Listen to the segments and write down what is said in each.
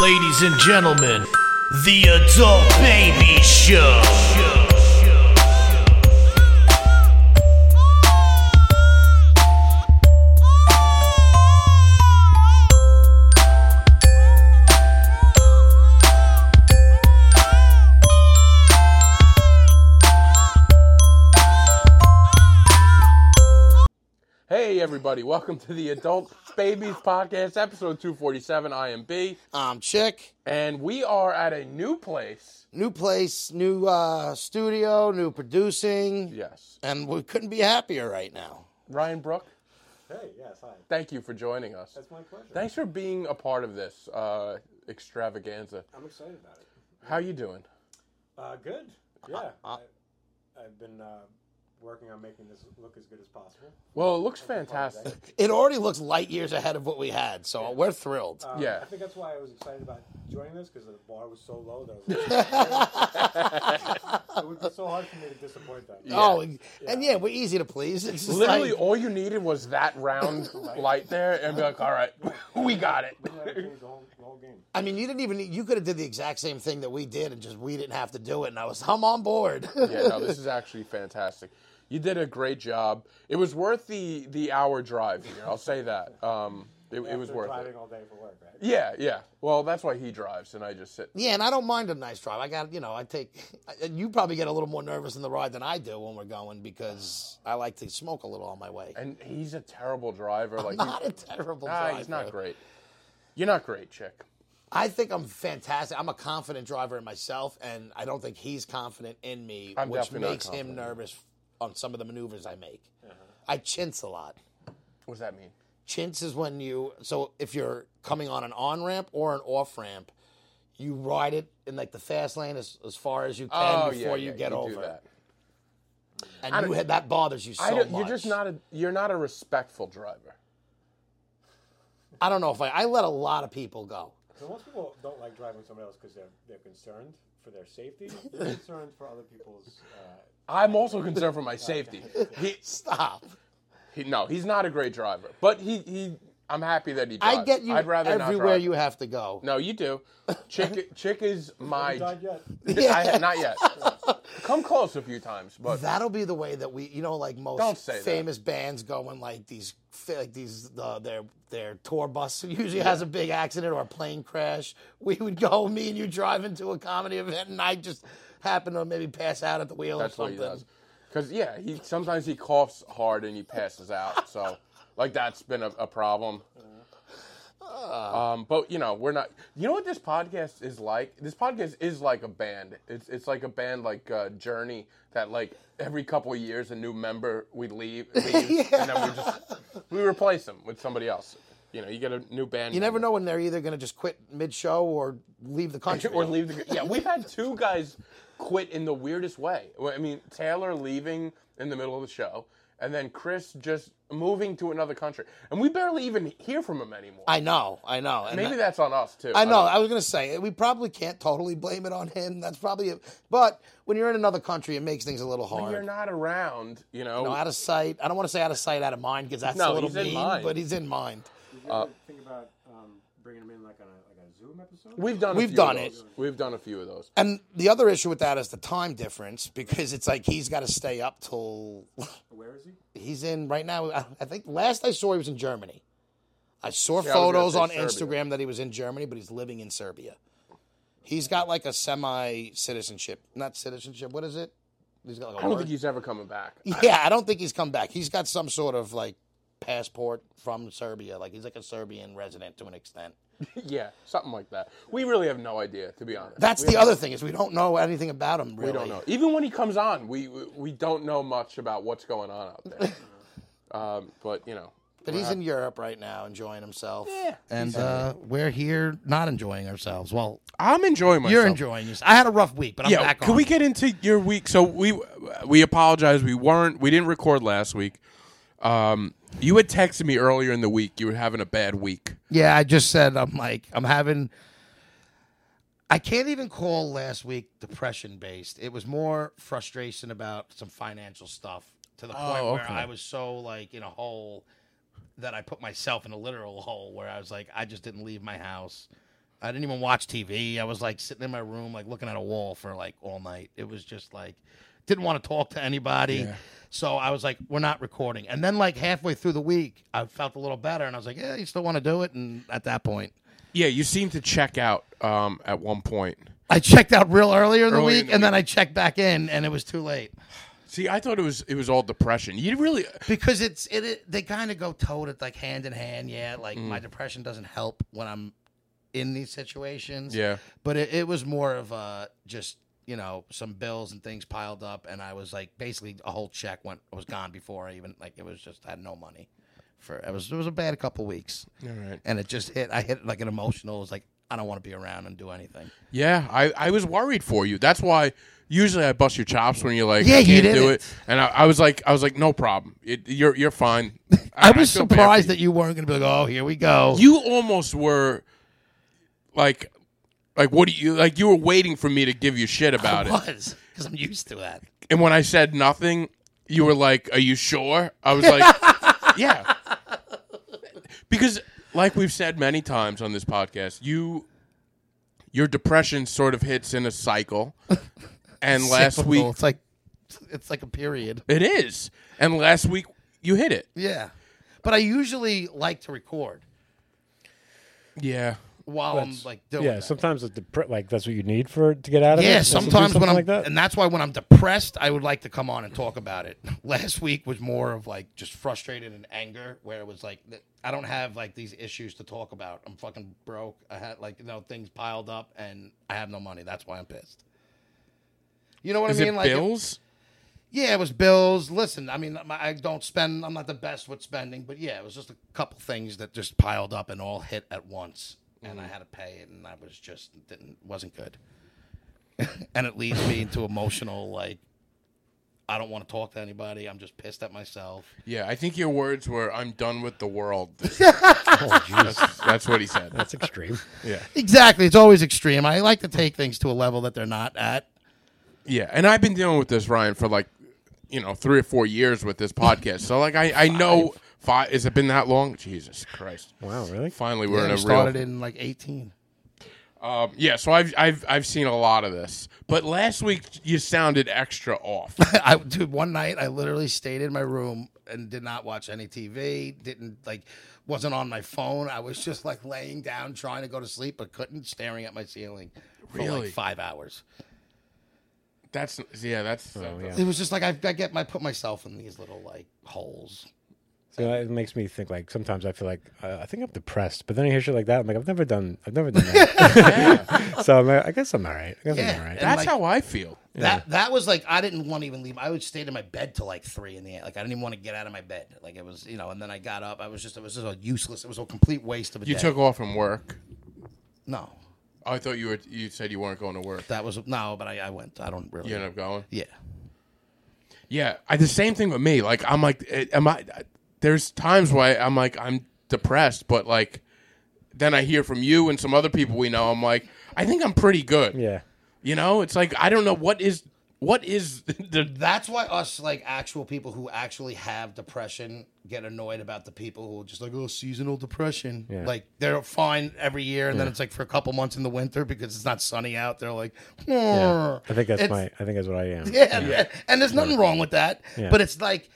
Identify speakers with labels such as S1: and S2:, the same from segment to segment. S1: Ladies and gentlemen, the Adult Baby Show.
S2: Hey, everybody, welcome to the Adult Babies Podcast, episode 247. I am B,
S3: Um, Chick.
S2: and we are at a new place.
S3: New place, new uh, studio, new producing,
S2: Yes.
S3: and we couldn't be happier right now.
S2: Ryan Brook,
S4: Hey, yes, hi.
S2: thank you for joining us.
S4: It's my pleasure.
S2: Thanks for being a part of this uh, extravaganza.
S4: I'm excited about it.
S2: How you doing?
S4: Uh, good. Yeah.
S2: uh,
S4: I, I've been uh, working on making this look as good as possible.
S2: Well, it looks fantastic.
S3: It already looks light years ahead of what we had, so we're thrilled.
S4: Um,
S2: Yeah.
S4: I think that's why I was excited about joining this because the bar was so low that I was it would be so hard for me to disappoint them.
S3: Oh, and, and yeah, we're easy to please. It's just
S2: Literally,
S3: like,
S2: all you needed was that round light there, and be like, all right, we got it.
S4: I changed the whole, the whole game.
S3: I mean, you didn't even you could have did the exact same thing that we did, and just we didn't have to do it. And I was, I'm on board.
S2: yeah, no, this is actually fantastic. You did a great job. It was worth the the hour drive here. I'll say that. Um, it, it was
S4: After
S2: worth
S4: driving
S2: it.
S4: all day for work, right?
S2: Yeah, yeah. Well, that's why he drives and I just sit.
S3: yeah, and I don't mind a nice drive. I got you know, I take. I- You probably get a little more nervous in the ride than I do when we're going because I like to smoke a little on my way.
S2: And he's a terrible driver. Like he-
S3: Not a terrible
S2: Nah,
S3: drive.
S2: Ah, he's not
S3: though.
S2: great. You're not great, chick.
S3: I think I'm fantastic. I'm a confident driver in myself, and I don't think he's confident in me,
S2: I'm
S3: which
S2: definitely not
S3: makes him
S2: confident. Uh-huh.
S3: nervous on some of the maneuvers I make. I chintz a lot.
S2: What does that mean?
S3: Chintz is when you, so if you're coming on an on ramp or an off ramp, you ride it in like the fast lane as, as far as you can
S2: Oh,
S3: before you get over.
S2: Do that.
S3: And you had, that bothers you so
S2: I don't,
S3: much.
S2: you're just not a you're not a respectful driver.
S3: I don't know if I, I let a lot of people go.
S4: So most people don't like driving with somebody else because they're, they're concerned for their safety. They're concerned for other people's. Uh,
S2: I'm also concerned for my safety. He,
S3: Stop.
S2: he, no, he's not a great driver, but he, he I'm happy that he. Drives.
S3: I get you
S2: I'd rather not
S3: everywhere
S2: drive.
S3: you have to go.
S2: No, you do. Chick, chick is my.
S4: died yet?
S2: I, not yet. Come close a few times, but
S3: That'll be the way that we, you know, like most
S2: Don't say that.
S3: famous bands go in like these, fa- like these, uh, their their tour bus usually has a big accident or a plane crash. We would go, me and you driving to a comedy event, and I just happen to maybe pass out at the wheel
S2: that's
S3: or
S2: what
S3: something.
S2: he does. Because yeah, he sometimes he coughs hard and he passes out. So like that's been a, a problem.
S3: Uh.
S2: Um, but you know we're not. You know what this podcast is like? This podcast is like a band. It's it's like a band like uh, Journey that like every couple of years a new member we leave, leaves, and then we just we replace them with somebody else. You know, you get a new band.
S3: You never
S2: member.
S3: know when they're either going to just quit mid-show or leave the country.
S2: or leave the. Yeah, we've had two guys quit in the weirdest way. Well, I mean, Taylor leaving in the middle of the show, and then Chris just moving to another country, and we barely even hear from him anymore.
S3: I know, I know. and
S2: Maybe Uh,
S3: I-
S2: that's on us too.
S3: I know.
S2: don't-
S3: I was gonna say we probably can't totally blame it on him. That's probably, it. but when you're in another country, it makes things a little hard.
S2: You're not around, you know.
S3: No, out of sight. I don't want to say out of sight, out of mind, because that's
S2: No,
S3: a little
S2: he's in
S3: mean.
S2: mind.
S3: But he's in mind.
S4: Did you
S2: Uh,
S4: ever think about um, bringing them in like on a, like a Zoom episode?
S2: we've done. A
S3: We've
S2: few
S3: done
S2: of those.
S3: it.
S2: We've done a few of those.
S3: And the other issue with that is the time difference, because it's like he's got to stay up till
S4: Where is he?
S3: he's in right now. I- I think last I saw he was in Germany. I saw
S2: Yeah, I was gonna
S3: photos
S2: say
S3: on
S2: Serbia.
S3: Instagram that he was in Germany, but he's living in Serbia. He's got like a semi citizenship, not citizenship. What is it? He's got like a
S2: I don't
S3: work-
S2: think he's ever coming back.
S3: Yeah, I don't think he's come back. He's got some sort of like passport from Serbia. Like he's like a Serbian resident to an extent.
S2: yeah, something like that. We really have no idea, to be honest.
S3: That's
S2: We
S3: the
S2: have-
S3: other thing is we don't know anything about him. Really,
S2: We don't know. Even when he comes on, we we we don't know much about what's going on out there. um, but you know,
S3: But he's in Europe right now, enjoying himself.
S2: Yeah.
S3: and uh, we're here not enjoying ourselves. Well,
S2: I'm enjoying myself.
S3: you're enjoying yourself. I had a rough week, but I'm
S2: Yeah,
S3: back
S2: can
S3: on.
S2: we get into your week? So we we apologize. We weren't. We didn't record last week. Um, you had texted me earlier in the week. You were having a bad week.
S3: yeah, I just said I'm like I'm having. I can't even call last week depression based. It was more frustration about some financial stuff to the point where
S2: Oh, okay.
S3: I was so like in a hole that I put myself in a literal hole where I was like I just didn't leave my house. I didn't even watch TV. I was like sitting in my room, like looking at a wall for like all night. It was just like didn't want to talk to anybody. So I was like, we're not recording. And then like halfway through the week, I felt a little better, and I was like, yeah, you still want to do it? And at that point,
S2: Yeah, you seem to check out um, at one point.
S3: I checked out real earlier in the
S2: Early in
S3: week,
S2: the
S3: and then I checked back in, and it was too late.
S2: See, I thought it was it was all depression. You really
S3: because it's it, it they kind of go toe to like hand in hand yeah like my depression doesn't help when i'm in these situations
S2: Yeah.
S3: but it, it was more of uh just you know some bills and things piled up and i was like basically a whole check went was gone before i even like it was just I had no money for it was it was a bad couple weeks all
S2: right.
S3: and it just hit i hit like an emotional it was like i don't want to be around and do anything
S2: Yeah, I, I was worried for you. That's why usually I bust your chops when you're like,
S3: Yeah,
S2: I
S3: you
S2: can't do
S3: didn't.
S2: it. And I, I was like, I was like, no problem. It, you're you're fine.
S3: i,
S2: feel
S3: was
S2: bad for
S3: surprised that you weren't going to be like oh here we go
S2: you almost were like, like what do you like? You were waiting for me to give you shit about it.
S3: was because i'm used to that
S2: And when I said nothing, you were like, "Are you sure?" I was like, "Yeah," because like we've said many times on this podcast, you your depression sort of hits in a cycle. And last
S3: Cyclical.
S2: week
S3: It's like it's like a period.
S2: It is. And last week you hit it.
S3: Yeah. But I usually like to record
S2: Yeah.
S3: while I'm
S5: That's-
S3: like doing
S4: yeah,
S3: that.
S4: sometimes it's depre- like that's what you need for to get out of it.
S3: yeah,
S4: is to do
S3: sometimes when
S4: something
S3: I'm
S4: like that.
S3: and that's why when I'm depressed, I would like to come on and talk about it. Last week was more of like just frustrated and anger where it was like th- I don't have like these issues to talk about. I'm fucking broke. I had like you know things piled up and I have no money. That's why I'm pissed. You know what
S2: Is
S3: I mean?
S2: it
S3: like it-
S2: Bills?
S3: Yeah, it was bills. Listen, I mean, I don't spend. I'm not the best with spending, but yeah, it was just a couple things that just piled up and all hit at once, and I had to pay it, and I was just didn't wasn't good. and it leads me into emotional like, I don't want to talk to anybody. I'm just pissed at myself.
S2: yeah, I think your words were I'm done with the world. That's what he said.
S4: Oh, that's extreme.
S2: Yeah.
S3: Exactly. It's always extreme. I like to take things to a level that they're not at.
S2: Yeah. And I've been dealing with this, Ryan, for like, you know, three or four years with this podcast. So like I, I know five has it been that long? Jesus Christ.
S4: Wow, really?
S2: Finally we're
S3: Yeah, we
S2: in a real
S3: started in like 18.
S2: um, yeah, so I've I've I've seen a lot of this. But last week you sounded extra off.
S3: I dude, one night I literally stayed in my room and did not watch any TV. Didn't like, wasn't on my phone. I was just like laying down trying to go to sleep, but couldn't. Staring at my ceiling for
S2: Really?
S3: like five hours.
S2: That's yeah,
S3: Oh,
S2: that's
S4: yeah.
S3: It was just like I, I get my put myself in these little like holes.
S4: So it makes me think like sometimes I feel like uh, I think I'm depressed, but then I hear shit like that. I'm like I've never done I've never done that. so I'm, like, I guess I'm all right. I guess
S3: Yeah,
S4: I'm all right.
S3: and-
S2: that's
S3: like-
S2: how I feel.
S3: That that was like I didn't want to even leave. I would stay in my bed till like three in the like I didn't even want to get out of my bed. Like it was you know. And then I got up. I was just it was just a useless. It was a complete waste of a
S2: You
S3: day.
S2: took off from work.
S3: no.
S2: Oh, I thought you were. You said you weren't going to work.
S3: That was no, but I, I went. I don't really.
S2: You ended up going.
S3: yeah.
S2: Yeah, I, the same thing with me. Like I'm like, eh, am I? There's times where I, I'm like I'm depressed, but like then I hear from you and some other people we know. I'm like, I think I'm pretty good.
S4: yeah.
S2: You know, it's like I don't know what is what is the
S3: That's why us like actual people who actually have depression get annoyed about the people who are just like oh seasonal depression. Like they're fine every year, and then it's like for a couple months in the winter because it's not sunny out. They're like, "Arr."
S4: I think that's
S3: It's-
S4: my I think that's what I am.
S3: yeah, and- and there's nothing wrong with that.
S4: Yeah.
S3: But it's like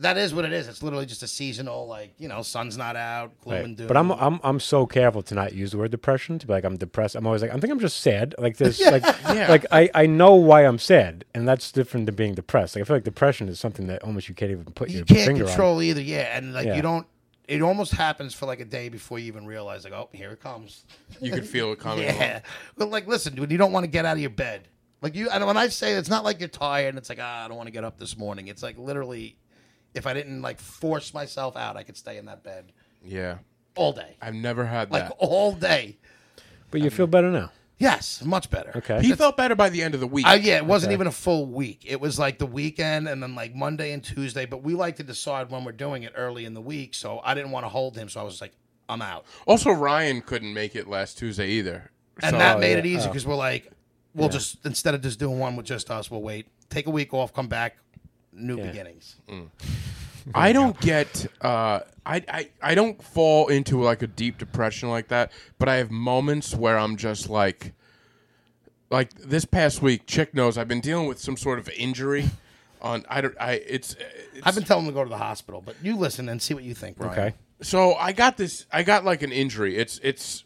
S3: that is what it is. It's literally just a seasonal like you know sun's not out, gloom
S4: Right.
S3: and doom.
S4: But I'm I'm I'm so careful to not use the word depression to be like I'm depressed. I'm always like I think I'm just sad. Like this, like like I I know why I'm sad, and that's different than being depressed. Like I feel like depression is something that almost you can't even put
S3: you
S4: your
S3: can't
S4: finger on.
S3: control either. Yeah, and like
S4: Yeah.
S3: you don't. It almost happens for like a day before you even realize like oh here it comes.
S2: you could feel it coming. along.
S3: Yeah. But like, listen, dude, you don't want to get out of your bed. Like you, and when I say it's not like you're tired and it's like ah, I don't want to get up this morning. It's like literally, if I didn't like force myself out, I could stay in that bed
S2: Yeah,
S3: all day,
S2: I've never had
S3: like
S2: that.
S3: all day.
S4: But you feel better now.
S3: Yes, much better.
S4: Okay.
S2: he felt better by the end of the week.
S3: Uh, yeah, it wasn't even a full week. It was like the weekend and then like Monday and Tuesday. But we like to decide when we're doing it early in the week, so I didn't want to hold him. So I was like, I'm out.
S2: also, Ryan couldn't make it last Tuesday either.
S3: and
S2: So-
S3: that made
S4: oh, yeah.
S3: it easy because we're like, we'll just instead of just doing one with just us, we'll wait, take a week off, come back, new beginnings.
S2: I don't get. Uh, I, I I don't fall into like a deep depression like that. But I have moments where I'm just like, like this past week. Chick knows I've been dealing with some sort of injury. On I don't I it's, it's
S3: I've been telling him to go to the hospital, but you listen and see what you think, Brian.
S4: Okay.
S2: so I got this. I got like an injury. It's it's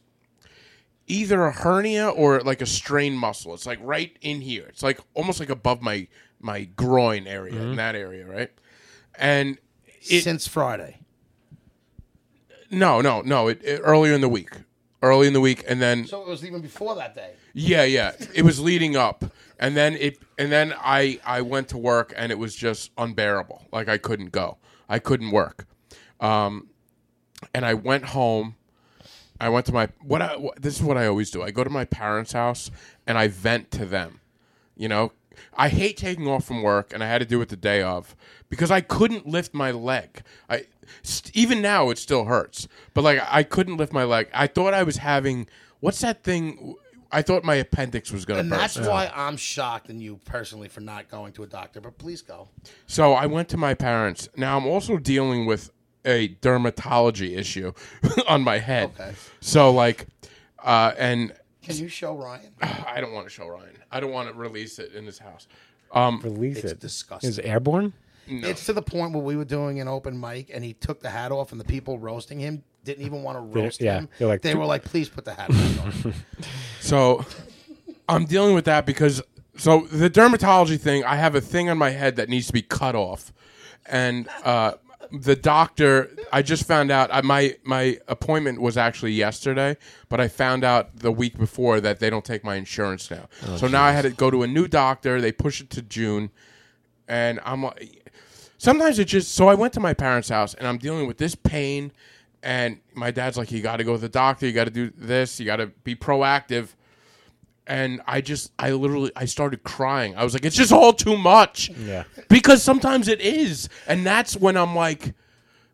S2: either a hernia or like a strained muscle. It's like right in here. It's like almost like above my my groin area
S3: Mm-hmm.
S2: in that area, right? And it,
S3: Since Friday.
S2: No, no, no. It, it- earlier in the week, early in the week, and then
S3: So it was even before that day.
S2: yeah, yeah. It was leading up, and then it, and then I, I went to work, and it was just unbearable. Like I couldn't go, I couldn't work, um, and I went home. I went to my what I what, this is what I always do. I go to my parents' house and I vent to them. You know, I hate taking off from work, and I had to do it the day of because I couldn't lift my leg. I st- even now it still hurts, but like I couldn't lift my leg. I thought I was having what's that thing? I thought my appendix was going
S3: And
S2: to
S3: that's
S2: burst.
S3: why I'm shocked and you personally for not going to a doctor, but please go.
S2: So I went to my parents. Now I'm also dealing with a dermatology issue on my head.
S3: Okay.
S2: So like, uh, and
S3: Can you show Ryan?
S2: I don't want to show Ryan. I don't want to release it in his house.
S4: Release
S3: It's
S4: it.
S3: disgusting.
S4: Is it airborne?
S3: It's to the point where we were doing an open mic and he took the hat off and the people roasting him didn't even want to roast
S4: yeah.
S3: him.
S4: They're like,
S3: they
S4: "Dude."
S3: were like, please put the hat back on.
S2: So I'm dealing with that because so the dermatology thing, I have a thing on my head that needs to be cut off, and uh, the doctor. I just found out I, my my appointment was actually yesterday, but I found out the week before that they don't take my insurance now. so now I had to go to a new doctor. They push it to June, and I'm like, sometimes it just. So I went to my parents' house, and I'm dealing with this pain. And my dad's like, you got to go to the doctor. You got to do this. You got to be proactive and I just I literally I started crying. I was like, it's just all too much.
S4: Yeah.
S2: Because sometimes it is, and that's when I'm like,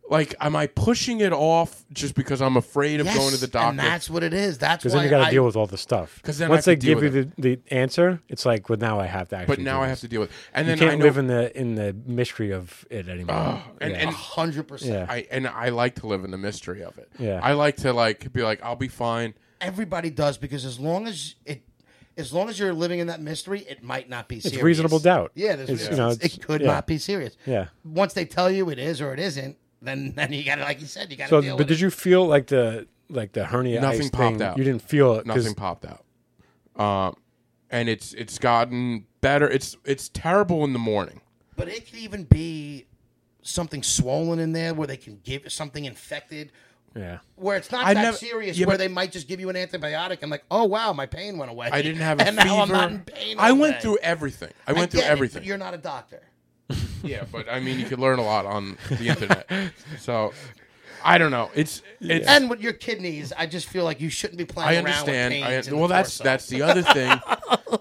S2: like, am I pushing it off just because I'm afraid of
S3: Yes,
S2: going to the doctor?
S3: And that's what it is. That's
S4: Because
S3: why
S4: then you got
S3: I-
S4: to deal with all the stuff.
S2: 'Cause then I
S4: once
S2: have
S4: they
S2: to deal
S4: give you the, the answer, it's like, well, now I have to actually.
S2: but now
S4: do
S2: I have
S4: this.
S2: to deal with, it. and
S4: You
S2: then
S4: can't
S2: I know,
S4: live in the in the mystery of it anymore.
S2: and,
S4: Yeah.
S2: and
S3: 100%.
S4: Yeah.
S2: I and I like to live in the mystery of it.
S4: Yeah.
S2: I like to like be like, I'll be fine.
S3: Everybody does because as long as it as long as you're living in that mystery, it might not be serious.
S4: reasonable doubt.
S3: Yeah, there's
S4: It's, you
S3: reasons.
S4: know, it's-
S3: it could
S4: yeah.
S3: not be serious.
S4: Yeah.
S3: Once they tell you it is or it isn't, then then you got to like you said, you got to
S4: So,
S3: deal
S4: but
S3: with it.
S4: did you feel like the like the hernia?
S2: Nothing
S4: ice
S2: popped
S4: thing,
S2: out.
S4: You didn't feel it. 'cause-
S2: Nothing popped out. Uh, and it's it's gotten better. It's it's terrible in the morning.
S3: But it could even be something swollen in there where they can give something infected
S4: Yeah.
S3: where it's not
S2: I
S3: that
S2: never-
S3: serious
S2: yeah,
S3: where
S2: but-
S3: they might just give you an antibiotic and like, "Oh wow, my pain went away."
S2: I didn't have a
S3: and
S2: fever.
S3: now I'm not in pain.
S2: I
S3: all
S2: went
S3: day.
S2: through everything. I went
S3: get
S2: through
S3: it, but
S2: everything.
S3: you're not a doctor.
S2: Yeah, but I mean, you could learn a lot on the internet. So I don't know. It's it's.
S3: And with your kidneys, I just feel like you shouldn't be playing
S2: I
S3: around
S2: understand.
S3: with
S2: I,
S3: pains in
S2: well,
S3: the
S2: that's
S3: torso.
S2: that's the other thing.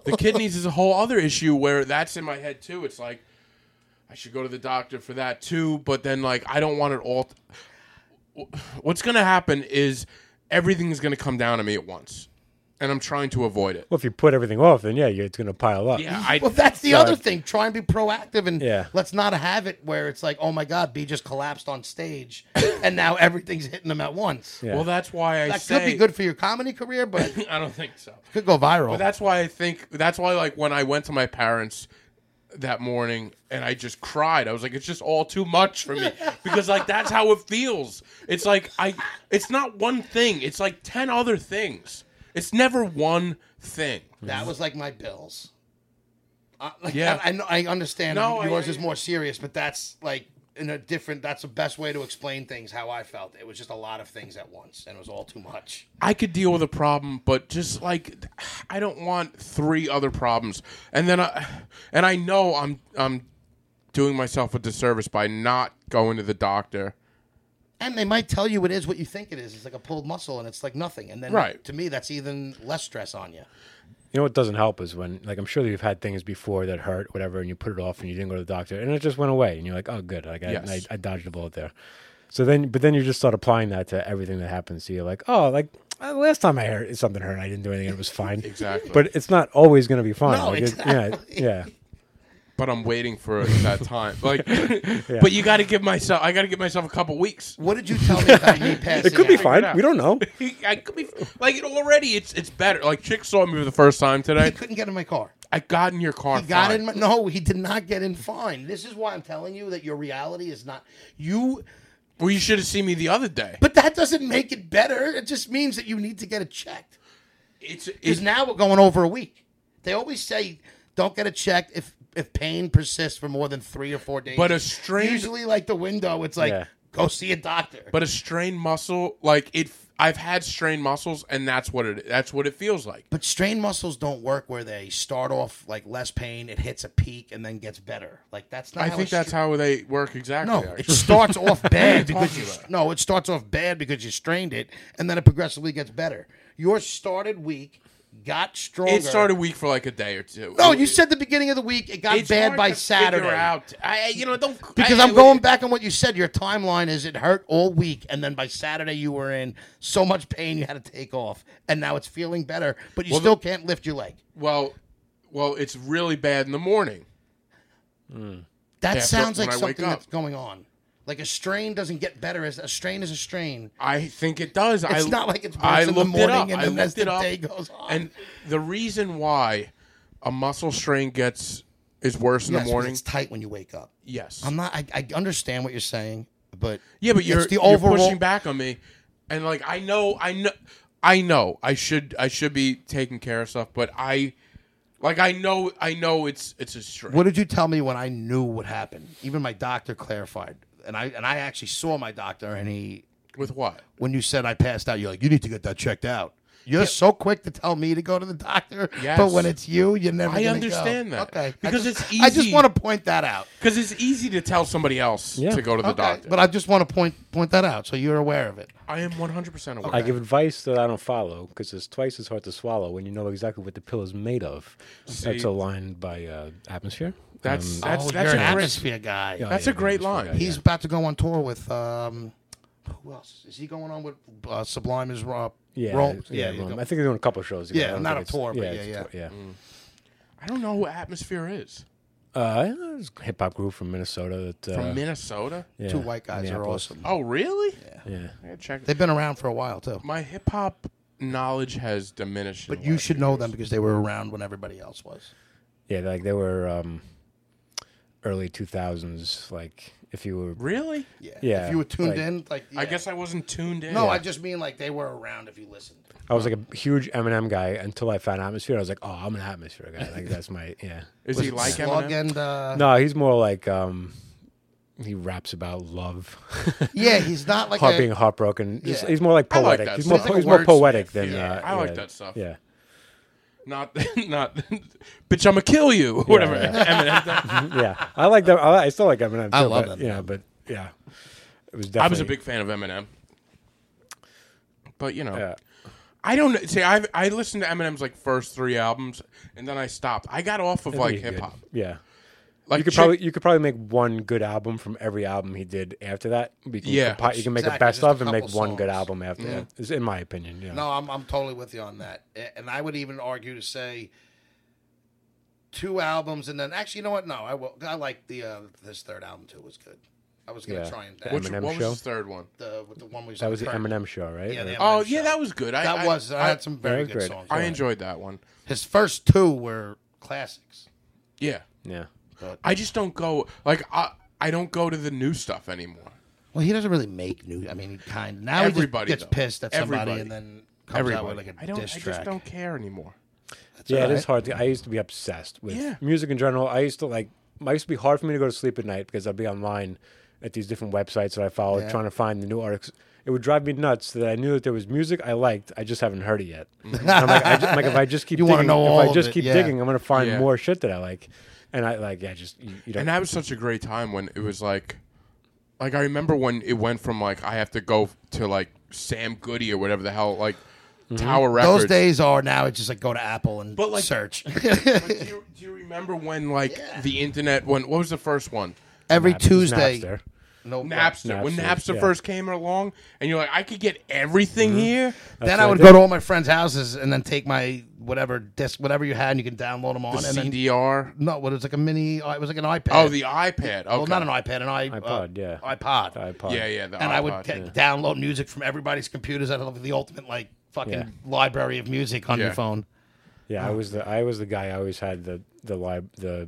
S2: the kidneys is a whole other issue where that's in my head too. It's like I should go to the doctor for that too, but then like I don't want it all. What's gonna happen is everything's gonna come down to me at once, and I'm trying to avoid it.
S4: Well, if you put everything off, then yeah, you it's going to pile up.
S2: Yeah, I.
S3: Well, that's the
S4: So-
S3: other thing. Try and be proactive and
S4: Yeah.
S3: let's not have it where it's like, oh my God, B just collapsed on stage and now everything's hitting them at once.
S4: Yeah.
S2: Well, that's why I
S3: That
S2: say
S3: could be good for your comedy career, but
S2: I don't think so.
S3: could go viral.
S2: But that's why I think that's why like when I went to my parents that morning and I just cried. I was like, it's just all too much for me because like that's how it feels. It's like I, it's not one thing. It's like ten other things. It's never one thing.
S3: that was like my bills. I, like,
S2: Yeah.
S3: I, I, know- I understand
S2: No, I-
S3: yours
S2: I-
S3: is more serious, but that's like in a different, that's the best way to explain things how I felt. It was just a lot of things at once and it was all too much.
S2: I could deal with a problem, but just like I don't want three other problems. And then I, and I know I'm I'm doing myself a disservice by not going to the doctor.
S3: And they might tell you it is what you think it is. It's like a pulled muscle and it's like nothing. And then
S2: Right.
S3: to me, that's even less stress on you.
S4: You know what doesn't help is when, like, I'm sure that you've had things before that hurt, whatever, and you put it off and you didn't go to the doctor, and it just went away, and you're like, oh, good, like I,
S2: Yes.
S4: I, I dodged a bullet there. So then, but then you just start applying that to everything that happens to you, like, oh, like uh, last time I heard something hurt, I didn't do anything, it was fine.
S2: Exactly.
S4: But it's not always going to be fine.
S3: No,
S4: Like, it-
S3: exactly.
S4: yeah, yeah.
S2: but I'm waiting for that time. Like, but you got to give myself. I got to give myself a couple weeks.
S3: What did you tell me about me passing
S4: It could be
S3: out?
S4: fine. We don't know.
S2: I could be like it already. It's it's better. Like chick saw me for the first time
S3: He
S2: today.
S3: couldn't get in my car.
S2: I got in your car.
S3: He got
S2: fine.
S3: in. My, no, he did not get in fine. This is why I'm telling you that your reality is not you.
S2: Well, you should have seen me the other day.
S3: But that doesn't make it better. It just means that you need to get it checked.
S2: It's
S3: Because
S2: it's
S3: now we're going over a week. They always say don't get it checked if if pain persists for more than three or four days.
S2: But a strained-
S3: usually like the window, it's like
S4: Yeah.
S3: go see a doctor.
S2: but a strained muscle. Like it. I've had strained muscles, and that's what it. That's what it feels like.
S3: But strained muscles don't work where they start off like less pain, it hits a peak, and then gets better. Like that's not.
S2: I
S3: how
S2: think
S3: a
S2: that's
S3: stra-
S2: how they work exactly.
S3: No,
S2: actually.
S3: it starts off bad because
S2: talking
S3: you
S2: about?
S3: no, it starts off bad because you strained it, and then it progressively gets better. Yours started weak, got stronger.
S2: It started weak for like a day or two.
S3: No, you said the beginning of the week it got
S2: It's
S3: bad
S2: hard
S3: by
S2: to figure
S3: Saturday.
S2: Out. I, I- you know, don't
S3: Because
S2: I,
S3: I'm
S2: I-
S3: going back on what you said. Your timeline is it hurt all week, and then by Saturday you were in so much pain you had to take off, and now it's feeling better, but you still can't lift your leg.
S2: Well, well, it's really bad in the morning.
S3: That
S2: after-
S3: sounds
S2: when
S3: like
S2: I wake
S3: something that's
S2: up.
S3: going on. Like a strain doesn't get better as a strain is a strain.
S2: I think it does.
S3: It's
S2: I,
S3: not like it's worse
S2: I
S3: in the
S2: looked it
S3: morning
S2: up.
S3: and
S2: I
S3: then as
S2: looked it
S3: the
S2: up.
S3: day goes on.
S2: And the reason why a muscle strain gets is worse in
S3: Yes,
S2: the
S3: but
S2: morning.
S3: it's tight when you wake up.
S2: yes.
S3: I'm not. I, I understand what you're saying, but
S2: yeah, but
S3: it's
S2: you're,
S3: the
S2: you're
S3: overall.
S2: pushing back on me, and like I know, I know, I know, I should, I should be taking care of stuff, but I, like, I know, I know, it's it's a strain.
S3: What did you tell me when I knew what happened? Even my doctor clarified, and I and I actually saw my doctor, and he
S2: With what?
S3: when you said I passed out, you're like, you need to get that checked out. You're so quick to tell me to go to the doctor,
S2: Yes.
S3: but when it's you, you're never.
S2: I
S3: gonna go.
S2: understand that.
S3: okay? I
S2: Because
S3: just-
S2: it's
S3: I just
S2: easy.
S3: want to point that out.
S2: Because it's easy to tell somebody else
S4: Yeah.
S2: to go to the
S3: Okay,
S2: doctor.
S3: but I just want to point point that out so you're aware of it.
S2: I am 100% aware.
S4: I give advice that I don't follow because it's twice as hard to swallow when you know exactly what the pill is made of. that's a line by uh, Atmosphere.
S2: That's
S4: Um,
S2: that's
S3: oh,
S2: that's
S3: you're
S2: a
S3: an
S2: great,
S3: atmosphere guy.
S2: that's a great line.
S3: He's about to go on tour with um, who else? Is he going on with uh, Sublime? Is Rob?
S4: yeah,
S3: Rome?
S4: yeah.
S3: he's
S4: Rome.
S3: going-
S4: I think they're doing a couple shows.
S3: Yeah,
S4: together. I don't
S3: not
S4: think
S3: a
S4: it's-
S3: tour, but yeah,
S4: it's a tour, yeah.
S2: I don't know who Atmosphere is
S3: Mm.
S4: Uh, it's a hip hop group from Minnesota. That, uh,
S2: from Minnesota.
S4: yeah,
S3: Two white guys are
S4: Minneapolis.
S3: awesome.
S2: Oh, really?
S4: Yeah.
S2: Yeah. Check.
S3: They've been around for a while too.
S2: My hip hop knowledge has diminished. in
S3: But
S2: the
S3: you
S2: last
S3: should
S2: few
S3: know
S2: years.
S3: them because they were around when everybody else was.
S4: Yeah, like they were um, early 2000s. Like if you were.
S2: Really?
S3: Yeah.
S4: Yeah,
S3: If you were tuned
S4: like-
S3: in, like
S2: I
S3: yeah.
S2: guess I wasn't tuned in.
S3: No, I just mean like they were around if you listened.
S4: I was like a huge Eminem guy until I found Atmosphere. I was like, oh, I'm an Atmosphere guy. Like that's my yeah.
S2: is he like
S3: Slug
S2: Eminem?
S3: and uh,
S4: No, he's more like um, he raps about love,
S3: yeah, he's not like
S4: heart being
S3: a,
S4: heartbroken. He's,
S3: Yeah.
S4: he's more like
S2: I like
S4: poetic.
S2: that
S4: he's
S2: stuff.
S4: more
S2: It's like a
S4: he's more
S2: wordsmith.
S4: poetic than
S2: Yeah.
S4: uh,
S2: I like
S4: yeah,
S2: that stuff.
S4: Yeah,
S2: Not, not, bitch, I'm gonna kill you. Whatever. Eminem.
S4: yeah. I like that. I, I still like Eminem. Too,
S3: I love
S4: but,
S3: Eminem.
S4: Yeah, but yeah, it was definitely.
S2: I was a big fan of Eminem. But you know,
S4: Yeah.
S2: I don't know- see. I I listened to Eminem's like first three albums, and then I stopped. I got off of like
S4: he's good.
S2: hip hop.
S4: Yeah.
S2: Like
S4: You could
S2: Chick-
S4: probably you could probably make one good album from every album he did after that. You can
S2: Yeah.
S4: compi- you can make
S3: Exactly,
S4: a best
S3: just a
S4: of and make
S3: couple
S4: one good
S3: songs.
S4: album after that. Is in my opinion. Yeah.
S3: No, I'm I'm totally with you on that, A- and I would even argue to say two albums, and then actually, you know what? No, I will. I like the uh, this third album too was good. I was gonna
S4: Yeah.
S3: try and
S4: The
S3: that
S2: Which,
S4: Eminem
S2: what was
S4: show?
S2: his third one?
S3: the with the one we
S4: that was the Eminem show, right?
S3: Yeah, the Eminem
S4: Or-
S2: Oh yeah,
S3: show.
S2: that was good. I,
S3: that
S2: I-
S3: was. I,
S2: I,
S3: had some very
S4: was
S3: good
S4: great.
S3: songs.
S2: I
S3: yeah.
S2: enjoyed that one.
S3: His first two were classics.
S2: Yeah,
S4: yeah.
S2: I just don't go like I I don't go to the new stuff anymore.
S3: Well, he doesn't really make new. I mean, he kind now
S2: Everybody,
S3: he just
S2: though.
S3: gets pissed at somebody
S2: Everybody.
S3: and then comes out
S2: Everybody,
S3: with like a
S2: I don't.
S3: diss
S2: I
S3: track.
S2: just don't care anymore.
S4: yeah, it
S3: alright.
S4: is hard. To, I used to be obsessed with
S2: Yeah.
S4: music in general. I used to like. I used to be hard for me to go to sleep at night because I'd be online at these different websites that I follow, trying to find the new artists. It would drive me nuts that I knew that there was music I liked. I just haven't heard it yet. And I'm like, I ju- I'm like, if I just keep
S3: Mm. You wanna
S4: digging,
S3: know
S4: if
S3: all
S4: I
S3: of
S4: just
S3: it,
S4: keep
S3: yeah.
S4: digging, I'm gonna find
S2: Yeah.
S4: more shit that I like. And I like, yeah, just you, you don't.
S2: And that was such a great time when it was like, like I remember when it went from like I have to go to like Sam Goody or whatever the hell like Tower Records.
S3: Those days are now. It's just like go to Apple and
S2: But, like-
S3: search.
S2: But do, you, do you remember when like the internet when what was the first one?
S3: Every
S4: Napster.
S3: Tuesday,
S2: No, Napster. When
S4: Napster,
S2: Napster
S4: yeah.
S2: first came along, and you're like, I could get everything here.
S3: then I would
S4: what I
S3: go
S4: did.
S3: to all my friends' houses and then take my whatever disc, whatever you had, and you can download them on. and then
S2: CDR.
S3: no, what it was like a mini. oh, It was like an iPad.
S2: Oh, the iPad. Okay.
S3: well, not an iPad, an I,
S4: iPod,
S3: uh,
S4: yeah.
S3: iPod.
S4: iPod.
S2: Yeah, yeah. The
S3: and
S2: iPod.
S3: I would get, download music from everybody's computers. I love the ultimate like fucking
S4: Yeah.
S3: library of music on your
S2: Yeah.
S3: phone.
S4: Yeah,
S3: Oh.
S4: I was the I was the guy. I always had the the lib the.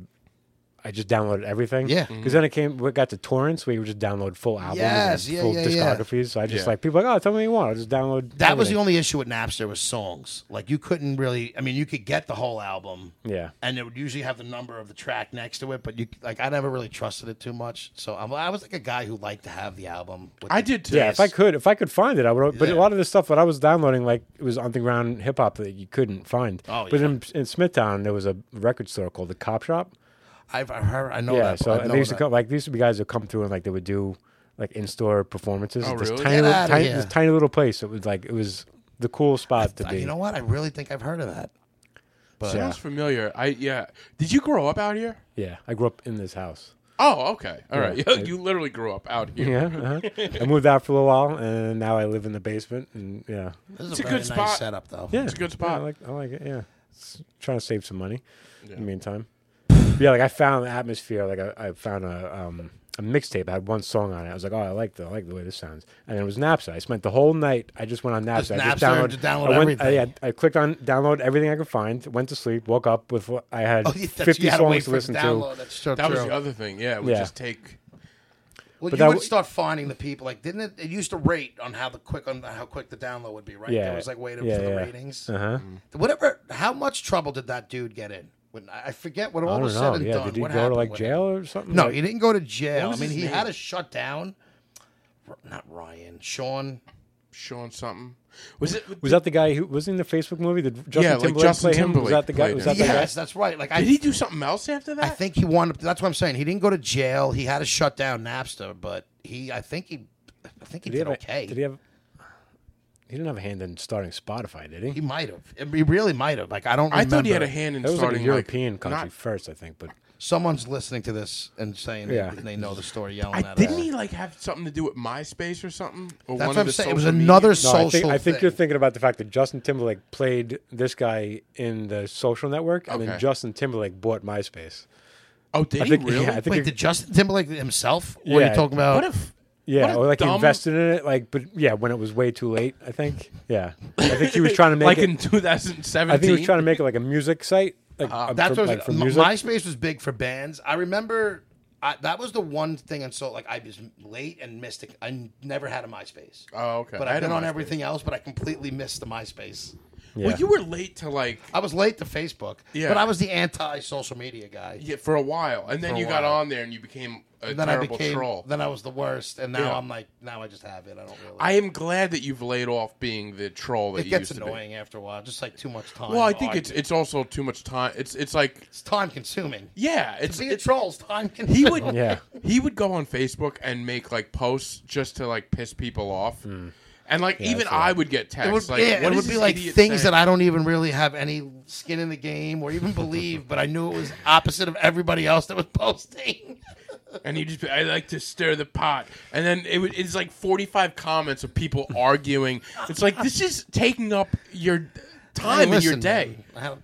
S4: I just downloaded everything.
S3: Yeah.
S4: because then it came. We got to torrents where you would just download full albums,
S3: Yes,
S4: and
S3: yeah,
S4: full
S3: yeah, yeah.
S4: discographies. So I just
S2: Yeah.
S4: like people are like, oh, tell me what you want. I'll just download.
S3: That was the
S4: everything."
S3: only issue with Napster was songs. Like you couldn't really. I mean, you could get the whole album.
S4: Yeah.
S3: And it would usually have the number of the track next to it, but you like I never really trusted it too much. So I'm, I was like a guy who liked to have the album. With
S2: I
S3: the-
S2: did too.
S4: Yeah, if I could, if I could find it, I would. But
S3: Yeah.
S4: a lot of the stuff that I was downloading, like it was underground hip hop that you couldn't find.
S3: Oh,
S4: But
S3: yeah.
S4: in, in Smithtown, there was a record store called the Cop Shop.
S3: I've, I've heard. I know
S4: yeah,
S3: that.
S4: so
S3: I
S4: and
S3: know
S4: they used
S3: that.
S4: to come like there used to be guys that come through and like they would do like in store performances.
S2: Oh,
S4: at this
S2: really?
S4: tiny,
S3: Get
S4: little,
S3: outta
S4: tiny,
S3: here.
S4: this tiny little place. It was like it was the cool spot to
S3: Uh,
S4: be.
S3: You know what? I really think I've heard of that. But
S2: Sounds familiar. I yeah. Did you grow up out here?
S4: Yeah, I grew up in this house.
S2: Oh, okay. All right.
S4: Yeah, I-
S2: you literally grew up out here.
S4: Yeah, uh-huh. I moved out for a little while, and now I live in the basement. And yeah,
S3: this is
S2: It's
S3: a,
S2: a
S3: very
S2: good
S3: nice
S2: spot.
S3: setup, though.
S4: yeah,
S2: It's a good
S4: yeah,
S2: spot.
S4: I like, I like it. Yeah, S- trying to save some money in the meantime. But yeah, like I found the atmosphere. Like I, I found a um, a mixtape. I had one song on it. I was like, oh, I like the I like the way this sounds. And it was Napster. I spent the whole night. I just went on Napster. I just
S3: Napster
S4: downloaded
S3: and just download
S4: I went- I-
S3: everything.
S4: I, clicked on download everything I could find. Went to sleep. Woke up with what I had
S3: Oh, yeah, that's-
S4: fifty
S3: you had to wait
S4: songs to
S3: for it to
S4: listen
S3: download.
S4: to.
S3: That's so
S2: That was
S3: true.
S2: the other thing. Yeah, we
S4: Yeah.
S2: just take.
S3: Well,
S4: But
S3: you
S4: that
S3: would
S4: w-
S3: start finding the people. Like, didn't it? It used to rate on how the quick on how quick the download would be, right?
S4: Yeah,
S3: There was like waiting
S4: yeah,
S3: for the
S4: yeah.
S3: ratings.
S4: Uh huh.
S3: Whatever. How much trouble did that dude get in? When I I forget what
S4: I
S3: all was
S4: don't
S3: said
S4: know.
S3: and
S4: Yeah,
S3: done.
S4: did he
S3: what
S4: go to
S3: happened
S4: like
S3: with
S4: jail
S3: Him?
S4: or something?
S3: No,
S4: Like-
S3: he didn't go to jail. I
S2: was
S3: mean,
S2: his
S3: he
S2: name?
S3: had to shut down. R- Not Ryan, Sean.
S2: Sean something. Was it?
S4: Was that the guy who was in the Facebook movie? Did Justin
S2: like
S4: Timberlake
S2: Justin
S4: play him? Was
S2: Timberlake
S4: that the guy?
S2: played
S4: Was
S2: him.
S4: that the guy?
S3: Yes, that's right. Like I
S2: Did he do something else after that?
S3: I think he wound up. That's what I'm saying. He didn't go to jail. He had to shut down Napster, but he, I think he, I think he
S4: Did he
S3: did,
S4: have? a-
S3: okay.
S4: Did he have? He didn't have a hand in starting Spotify, did he?
S3: he might have. He really might have. Like I don't.
S2: I
S3: remember.
S2: thought he had a hand in
S4: that was like
S2: starting
S4: a European
S2: like,
S4: country
S2: not-
S4: first, I think. But
S3: Someone's listening to this and saying
S4: Yeah.
S3: they, they know the story, yelling
S2: I
S3: at
S2: didn't
S3: us.
S2: he like have something to do with MySpace or something? Or one
S3: That's what
S2: of
S3: I'm
S2: the
S3: saying. It was
S2: social media-
S3: another
S4: no,
S3: social.
S4: I think I think
S3: thing.
S4: you're thinking about the fact that Justin Timberlake played this guy in the Social Network, and
S2: Okay.
S4: then Justin Timberlake bought MySpace.
S2: Oh, did
S4: I think,
S2: he really?
S4: yeah, I think,
S3: Wait,
S4: it-
S3: did Justin Timberlake himself? What are you
S4: Yeah.
S3: talking about?
S2: what if?
S4: yeah,
S2: what a
S4: or like he
S2: dumb-
S4: invested in it, like, but yeah, when it was way too late, I think, yeah, I think he was trying to make
S2: like
S4: it.
S2: in 2017.
S4: I think he was trying to make it like a music site, like
S2: Um,
S4: uh,
S3: That's
S4: for,
S3: what
S4: like,
S3: was,
S4: for
S3: M-
S4: music.
S3: MySpace was big for bands. I remember I, that was the one thing, and so like I was late and missed it. I n- never had a MySpace.
S2: Oh, okay.
S3: But
S2: I
S3: I've
S2: had
S3: been
S2: a
S3: on
S2: MySpace.
S3: everything else, but I completely missed the MySpace.
S4: Yeah.
S2: Well, you were late to like
S3: I was late to Facebook,
S2: Yeah.
S3: but I was the anti-social media guy.
S2: yeah, for a while, and then
S3: For a
S2: you got
S3: while.
S2: on there and you became a
S3: And then I
S2: terrible
S3: became,
S2: troll.
S3: then I was the worst, and now
S2: Yeah.
S3: I'm like, now I just have it. I don't really.
S2: I am glad that you've laid off being the troll that
S3: it
S2: you
S3: gets
S2: used
S3: annoying after a while, just like too much time.
S2: to be. Well, I think it's
S3: arguing.
S2: it's also too much time. It's it's like
S3: it's time consuming.
S2: yeah, it's
S3: Being a
S2: it's
S3: troll's time consuming.
S2: he would
S4: Yeah.
S2: he would go on Facebook and make like posts just to like piss people off.
S3: Hmm.
S2: And like even I would get texts
S3: It would,
S2: like
S3: yeah,
S2: what is
S3: it would be
S2: this
S3: like
S2: idiot
S3: things
S2: saying?
S3: that I don't even really have any skin in the game or even believe, but I knew it was opposite of everybody else that was posting.
S2: and you just be, I like to stir the pot and then it would, it's like 45 comments of people arguing. It's like this is taking up your time
S3: Hey,
S2: in your
S3: listen,
S2: day.
S3: man, I don't-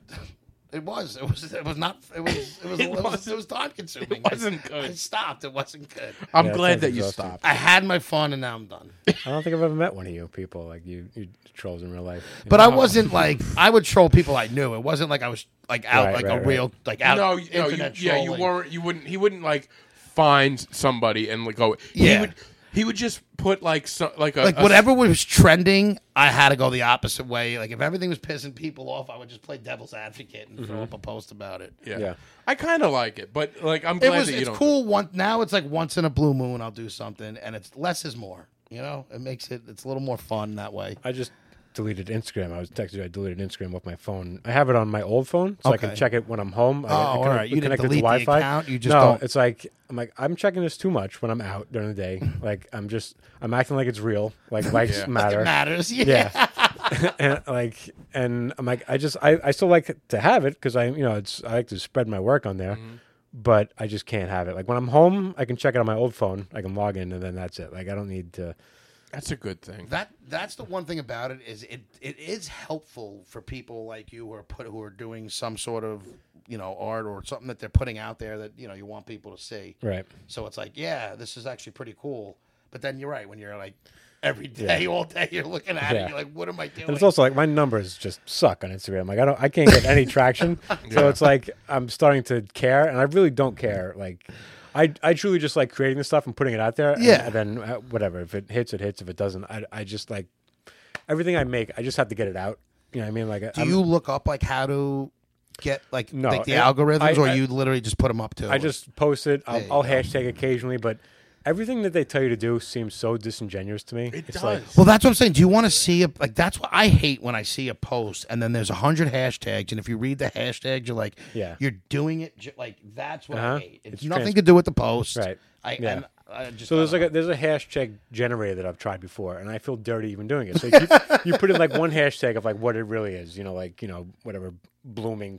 S3: It was. It was. It was not. It was. It was.
S2: It
S3: It was,
S2: wasn't-
S3: it was time consuming.
S2: it wasn't
S3: I, I
S2: good. Uh,
S3: stopped. It wasn't good.
S2: I'm
S4: Yeah, it
S2: glad
S4: sounds
S2: that you
S4: exhausting.
S2: stopped.
S3: I had my fun and now I'm done.
S4: I don't think I've ever met one of you people like you, you trolls in real life. you
S3: But
S4: know?
S3: I wasn't like I would troll people I knew. It wasn't like I was like out
S4: Right,
S3: like
S4: right,
S3: a
S4: right.
S3: real like out
S2: no, you- no, you,
S3: internet
S2: yeah, you
S3: trolling.
S2: weren't. You wouldn't. He wouldn't like find somebody and like go. He
S3: Yeah.
S2: would, he would just put like so, like a
S3: like
S2: a-
S3: whatever was trending, I had to go the opposite way. Like if everything was pissing people off, I would just play devil's advocate and throw up a post about it.
S2: yeah.
S4: Yeah.
S2: I kind of like it, but like I'm
S3: It
S2: glad
S3: was
S2: that you
S3: it's
S2: don't.
S3: cool one now it's like once in a blue moon I'll do something and it's less is more. You know? It makes it it's a little more fun that way.
S4: I just deleted Instagram. I was texting. I deleted Instagram off my phone. I have it on my old phone, so I
S3: Okay.
S4: can check it when I'm home. I,
S3: Oh,
S4: I
S3: all
S4: connect-
S3: right. You didn't
S4: connect it
S3: delete the
S4: to Wi-Fi.
S3: account, you just
S4: no.
S3: don't-
S4: It's like I'm like I'm checking this too much when I'm out during the day. Like I'm just I'm acting like it's real. Like likes
S2: Yeah.
S4: matter.
S3: It matters. Yeah.
S4: yeah. and, like
S3: Mm-hmm.
S4: and I'm like I just I, I still like to have it because I you know it's I like to spread my work on there. but I just can't have it. Like when I'm home, I can check it on my old phone. I can log in, and then that's it. Like I don't need to.
S2: That's a good thing.
S3: That that's the one thing about it is it it is helpful for people like you who are put who are doing some sort of you know art or something that they're putting out there that you know you want people to see.
S4: Right.
S3: So it's like, yeah, this is actually pretty cool. But then you're right when you're like every day, all day, you're looking at
S4: Yeah.
S3: it. You're like, what am I doing?
S4: And it's also like my numbers just suck on Instagram. Like I don't, I can't get any traction. So it's like I'm starting to care, and I really don't care. Like I, I truly just like creating this stuff and putting it out there. and-
S3: Yeah.
S4: And, then uh, whatever, if it hits, it hits. If it doesn't, I, I just like everything I make. I just have to get it out. You know what I mean? Like
S3: Do you look up like how to get like,
S4: No,
S3: like the
S4: I-
S3: algorithms,
S4: I-
S3: or
S4: I-
S3: you literally just put them up to?
S4: I just post it. I'll,
S3: you
S4: I'll hashtag occasionally, but everything that they tell you to do seems so disingenuous to me. It it's like
S3: Well, that's what I'm saying. Do you want to see a like? That's what I hate when I see a post and then there's a hundred hashtags, and if you read the hashtags, you're like,
S4: Yeah.
S3: you're doing it. ju- Like that's what
S4: Uh-huh.
S3: I hate. It's,
S4: It's
S3: nothing
S4: trans-
S3: to do with the post,
S4: Right.
S3: I,
S4: Yeah.
S3: and I just
S4: So there's
S3: I
S4: like a,
S3: don't
S4: there's a hashtag generator that I've tried before, and I feel dirty even doing it. So if you, you put in like one hashtag of like what it really is, you know, like you know whatever blooming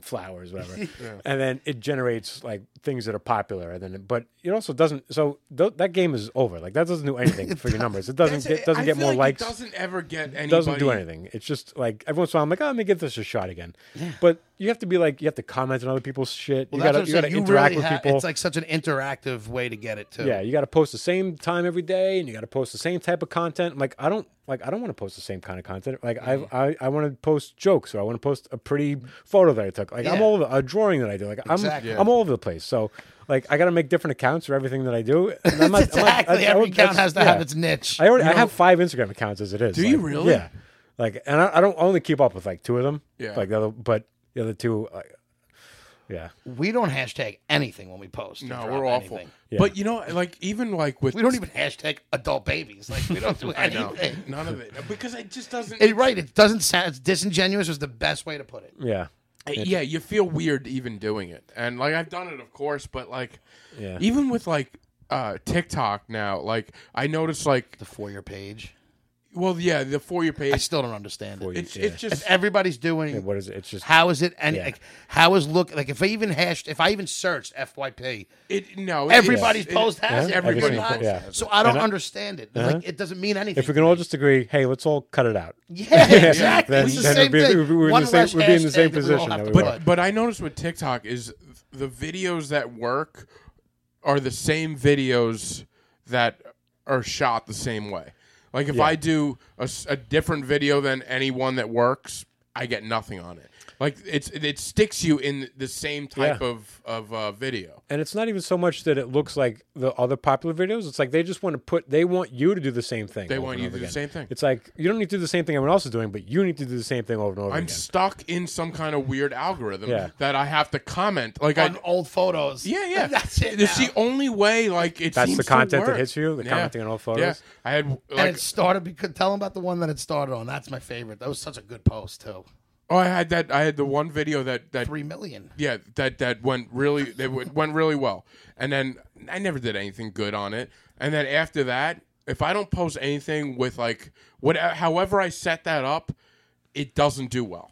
S4: flowers, whatever, and then it generates like things that are popular, and then it- but it also doesn't. So th- that game is over. Like that doesn't do anything for your numbers. It doesn't get, doesn't get more likes.
S2: It doesn't ever get anybody.
S4: doesn't do anything. It's just like every once in a while, I'm like, oh, let me give this a shot again. But you have to be like, you have to comment on other people's shit.
S3: know.
S4: you
S3: Well,
S4: gotta,
S3: that's
S4: you
S3: what
S4: gotta
S3: I'm saying.
S4: interact
S3: really
S4: with
S3: ha-
S4: people.
S3: It's like such an interactive way to get it too.
S4: Yeah, you got to post the same time every day, and you got to post the same type of content. I'm like I don't like I don't want to post the same kind of content. Like
S3: Mm-hmm.
S4: I I, I want to post jokes, or I want to post a pretty photo that I took. Like I'm
S3: Yeah.
S4: all over a drawing that I do. Like I'm
S3: Exactly.
S4: I'm all over the place. So like I got to make different accounts for everything that I do. And I'm not- I'm not-
S3: exactly.
S4: I- I
S3: Every
S4: would-
S3: account
S4: that's-
S3: has to
S4: yeah.
S3: have its niche.
S4: I already I have five Instagram accounts as it is.
S2: Do you
S4: Like,
S2: really?
S4: Yeah. Like and I, I don't I only keep up with like two of them.
S2: Yeah.
S4: Like the other, but the other two, like, yeah.
S3: we don't hashtag anything when we post. or
S2: No,
S3: drop
S2: we're awful.
S3: anything.
S2: But you know, like even like with
S3: We don't even hashtag adult babies. Like we don't do anything.
S2: none of it because it just doesn't.
S3: It, right. It doesn't sound it's disingenuous. Was the best way to put it.
S4: Yeah.
S2: Uh, yeah, you feel weird even doing it, and like I've done it, of course, but like
S4: Yeah.
S2: even with like uh TikTok now, like I notice like
S3: The for your page.
S2: well, yeah, the for your
S3: I
S2: page.
S3: still don't understand it.
S2: It's
S4: Yeah.
S2: it's
S3: If
S2: just
S3: everybody's doing,
S4: What is it? It's just
S3: how is it? And
S4: Yeah.
S3: like, how is look like? If I even hashed, if I even searched FYP,
S2: it no. it's-
S3: everybody's
S2: it-
S3: post has
S4: Yeah,
S3: it.
S4: every
S3: Everybody
S4: single
S3: has it.
S4: post has it.
S3: So I don't understand it. Like it doesn't mean anything.
S4: if we can all just agree, hey, let's all cut it out.
S3: yeah, exactly.
S4: then-
S3: it's the
S4: then
S3: same
S4: we'd be-
S3: thing.
S4: we'd be- we'd be
S3: One
S4: in the same-
S3: less
S4: we'd be in the
S3: hashtag
S4: same
S3: that we all
S4: position
S3: have
S4: that
S3: to
S4: we
S3: put.
S4: were.
S2: But but I noticed with TikTok is the videos that work are the same videos that are shot the same way. Like if I do a, s- a different video than anyone that works, I get nothing on it. Like it's it sticks you in the same type
S4: Yeah.
S2: of of uh, video.
S4: And it's not even so much that it looks like the other popular videos. It's like they just want to put, they want you to do the same thing.
S2: They
S4: over
S2: want
S4: and
S2: you to
S4: over
S2: do the
S4: again.
S2: same thing.
S4: It's like you don't need to do the same thing everyone else is doing, but you need to do the same thing over and over
S2: I'm
S4: again.
S2: stuck in some kind of weird algorithm
S4: Yeah.
S2: that I have to comment. Like
S3: on
S2: I
S3: old photos.
S2: yeah yeah
S3: That's it.
S2: It's
S3: now.
S2: the only way. Like it
S4: That's the
S2: seems to
S4: content that
S2: work.
S4: hits you, the commenting on all photos.
S2: Yeah, I had like
S3: and it started because tell them about the one that it started on. That's my favorite. That was such a good post too.
S2: Oh, I had that. I had the one video that that
S3: Three million.
S2: yeah that that went really that went went really well, and then I never did anything good on it. And then after that, if I don't post anything with like what however I set that up, it doesn't do well.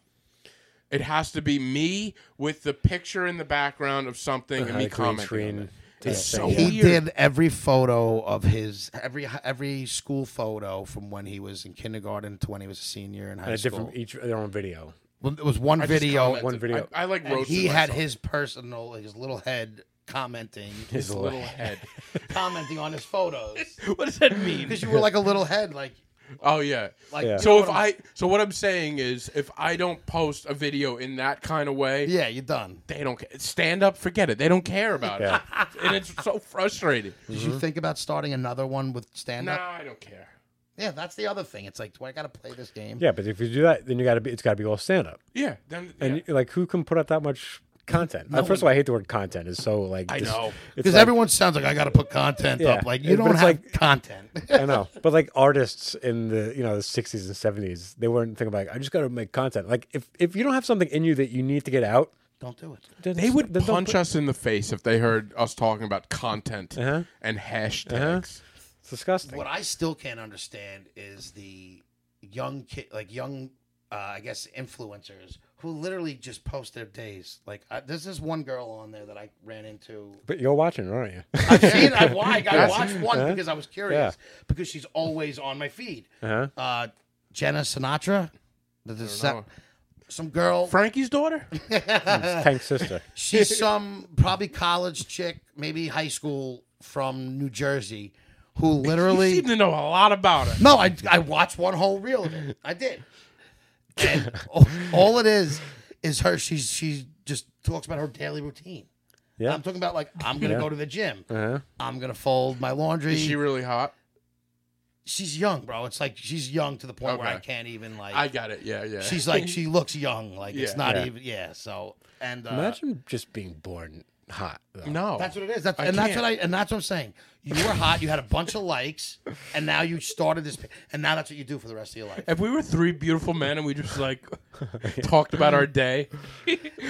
S2: It has to be me with the picture in the background of something and
S4: Uh,
S2: me
S4: green
S2: commenting.
S4: screen
S2: on it.
S4: type
S2: It's
S4: thing,
S2: so
S4: yeah.
S2: weird.
S3: He did every photo of his every every school photo from when he was in kindergarten to when he was a senior in high
S4: And a
S3: school.
S4: different, each their own video.
S3: Well, it was one
S2: I just
S3: video.
S2: commented.
S4: One video.
S2: I, I like
S3: and
S2: wrote.
S3: he
S2: to
S3: had
S2: myself.
S3: his personal, his little head commenting,
S4: His
S2: little head.
S3: commenting on his photos.
S2: what does that mean?
S3: Because you were like a little head, like
S2: Oh yeah.
S3: like.
S4: Yeah.
S3: you know
S2: So
S3: what
S2: if
S3: I'm-
S2: I so what I'm saying is if I don't post a video in that kind of way,
S3: yeah, you're done.
S2: they don't ca- stand up, forget it. They don't care about it. And it's so frustrating.
S3: Did
S4: Mm-hmm.
S3: you think about starting another one with stand
S2: No,
S3: up?
S2: I don't care.
S3: Yeah, that's the other thing. It's like, do I got to play this game?
S4: Yeah, but if you do that, then you got to be, it's got to be all stand up.
S2: Yeah, then yeah.
S4: And like, who can put up that much content? Uh, First of all, I hate the word content. It's so like,
S2: I
S4: dis-
S2: know.
S4: it's
S3: Because
S4: like-
S3: everyone sounds like I got to put content
S4: Yeah.
S3: up. Like
S4: But
S3: you don't
S4: it's
S3: have
S4: like-
S3: content.
S4: I know, but like artists in the you know the sixties and seventies, they weren't thinking about. Like, I just got to make content. Like if if you don't have something in you that you need to get out,
S3: don't do it.
S4: then
S2: they
S4: s-
S2: would
S4: then don't
S2: punch
S4: put-
S2: us in the face if they heard us talking about content
S4: Uh-huh.
S2: and hashtags.
S4: It's disgusting.
S3: What I still can't understand is the young kid, like young uh, I guess influencers who literally just post their days. Like I, there's this one girl on there that I ran into.
S4: But you're watching, aren't you?
S3: I've seen. I, wa- I watched one because I was curious because she's always on my feed.
S4: Uh-huh.
S3: Uh, Jenna Sinatra, the, the sa- some girl.
S2: Frankie's daughter?
S4: Tank's sister.
S3: She's some probably college chick, maybe high school from New Jersey, who
S2: You
S3: literally
S2: seem to know a lot about her.
S3: no, I I watched one whole reel of it. I did, and all, all it is is her. She's she just talks about her daily routine.
S4: Yeah.
S3: I'm talking about like I'm gonna
S4: Yeah.
S3: go to the gym.
S4: Uh-huh.
S3: I'm gonna fold my laundry.
S2: Is she really hot?
S3: she's young, bro. It's like she's young to the point where
S2: Okay.
S3: I can't even like.
S2: I got it. Yeah, yeah.
S3: she's like she looks young. Like it's
S2: Yeah.
S3: not
S4: Yeah.
S3: even yeah. So and uh,
S4: Imagine just being born hot. though.
S2: no.
S3: That's what it is. That's,
S2: I
S3: and that's
S2: can't.
S3: what I and that's what I'm saying. You were hot. You had a bunch of likes, and now you started this. And now that's what you do for the rest of your life.
S2: If we were three beautiful men and we just like talked about our day,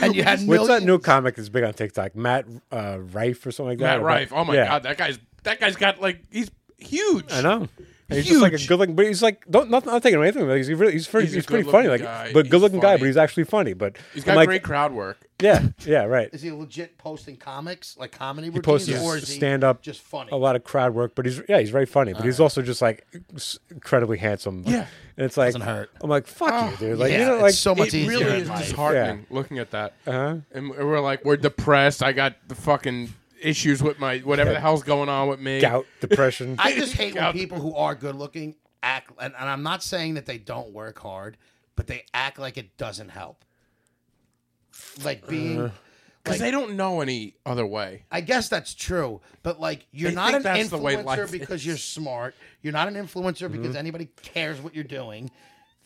S3: And you had
S4: What's that
S3: millions-
S4: new comic that's big on TikTok? Matt uh, Rife or something like that.
S2: Matt
S4: Or-
S2: Rife. Oh my
S4: Yeah.
S2: god, that guy's that guy's got like he's huge.
S4: I know. And he's just like a
S2: Huge.
S4: good looking, but he's like don't not, not taking away from him. Like, he's really he's pretty
S2: He's
S4: he's,
S2: a
S4: pretty funny,
S2: good-looking
S4: like
S2: guy.
S4: but
S2: He's
S4: good looking guy, but
S2: funny.
S4: he's actually funny. But
S2: He's
S4: I'm
S2: got
S4: like,
S2: great crowd work.
S4: yeah, yeah, right.
S3: Is he legit posting comics like comedy
S4: He
S3: routines,
S4: posts
S3: or is he
S4: stand up,
S3: Just funny.
S4: a lot of crowd work. But he's yeah, he's very funny, but he's also just like s- incredibly handsome.
S2: Yeah. Oh,
S4: and it's like
S3: Doesn't hurt.
S4: I'm like fuck you, dude. Like
S3: yeah,
S4: you know,
S3: it's
S4: like
S3: so much
S2: it
S3: easier.
S2: really
S3: in
S2: is
S3: life.
S2: disheartening looking at that.
S4: Uh-huh.
S2: And we're like, we're depressed. I got the fucking issues with my whatever the hell's going on with me.
S4: gout, depression.
S3: I just hate when
S2: God.
S3: people who are good looking act, and, and I'm not saying that they don't work hard, but they act like it doesn't help. Like being.
S2: Uh. Because they don't know any other way.
S3: I guess that's true, but like you're
S2: They
S3: not
S2: think
S3: an
S2: that's the way
S3: influencer
S2: life Mm-hmm.
S3: because you're smart. You're not an influencer because anybody cares what you're doing.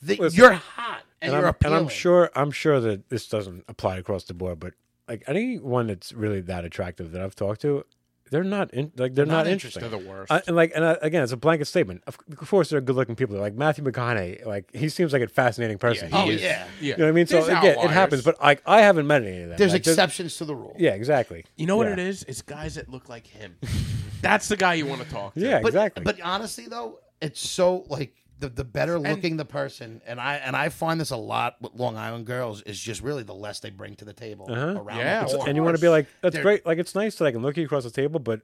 S3: That
S4: Listen.
S3: you're hot and,
S4: and
S3: you're
S4: I'm, and
S3: appealing.
S4: I'm sure I'm sure that this doesn't apply across the board, but like anyone that's really that attractive that I've talked to, they're not in, like they're not, interesting.
S2: They're the worst.
S4: I, and like and I, again, it's a blanket statement. Of, of course, there are good-looking people. Like Matthew McConaughey, like he seems like a fascinating person.
S2: he
S3: Oh
S2: is.
S3: yeah,
S2: Yeah.
S4: you know what I mean. So
S2: There's
S4: again, it
S2: outliers.
S4: happens, but like I haven't met any of them.
S3: there's
S4: Like,
S3: exceptions to the rule.
S4: Yeah, exactly.
S2: You know what
S4: Yeah.
S2: it is? It's guys that look like him. That's the guy you want to talk to.
S4: Yeah,
S3: but,
S4: exactly.
S3: But honestly though, it's so like the, the better looking the person, and I and I find this a lot with Long Island girls is just really the less they bring to the table around.
S2: Yeah.
S3: the
S2: It's-
S3: board.
S4: Uh-huh. and you want to be like, that's
S3: They're-
S4: great. Like it's nice that I can look you across the table, but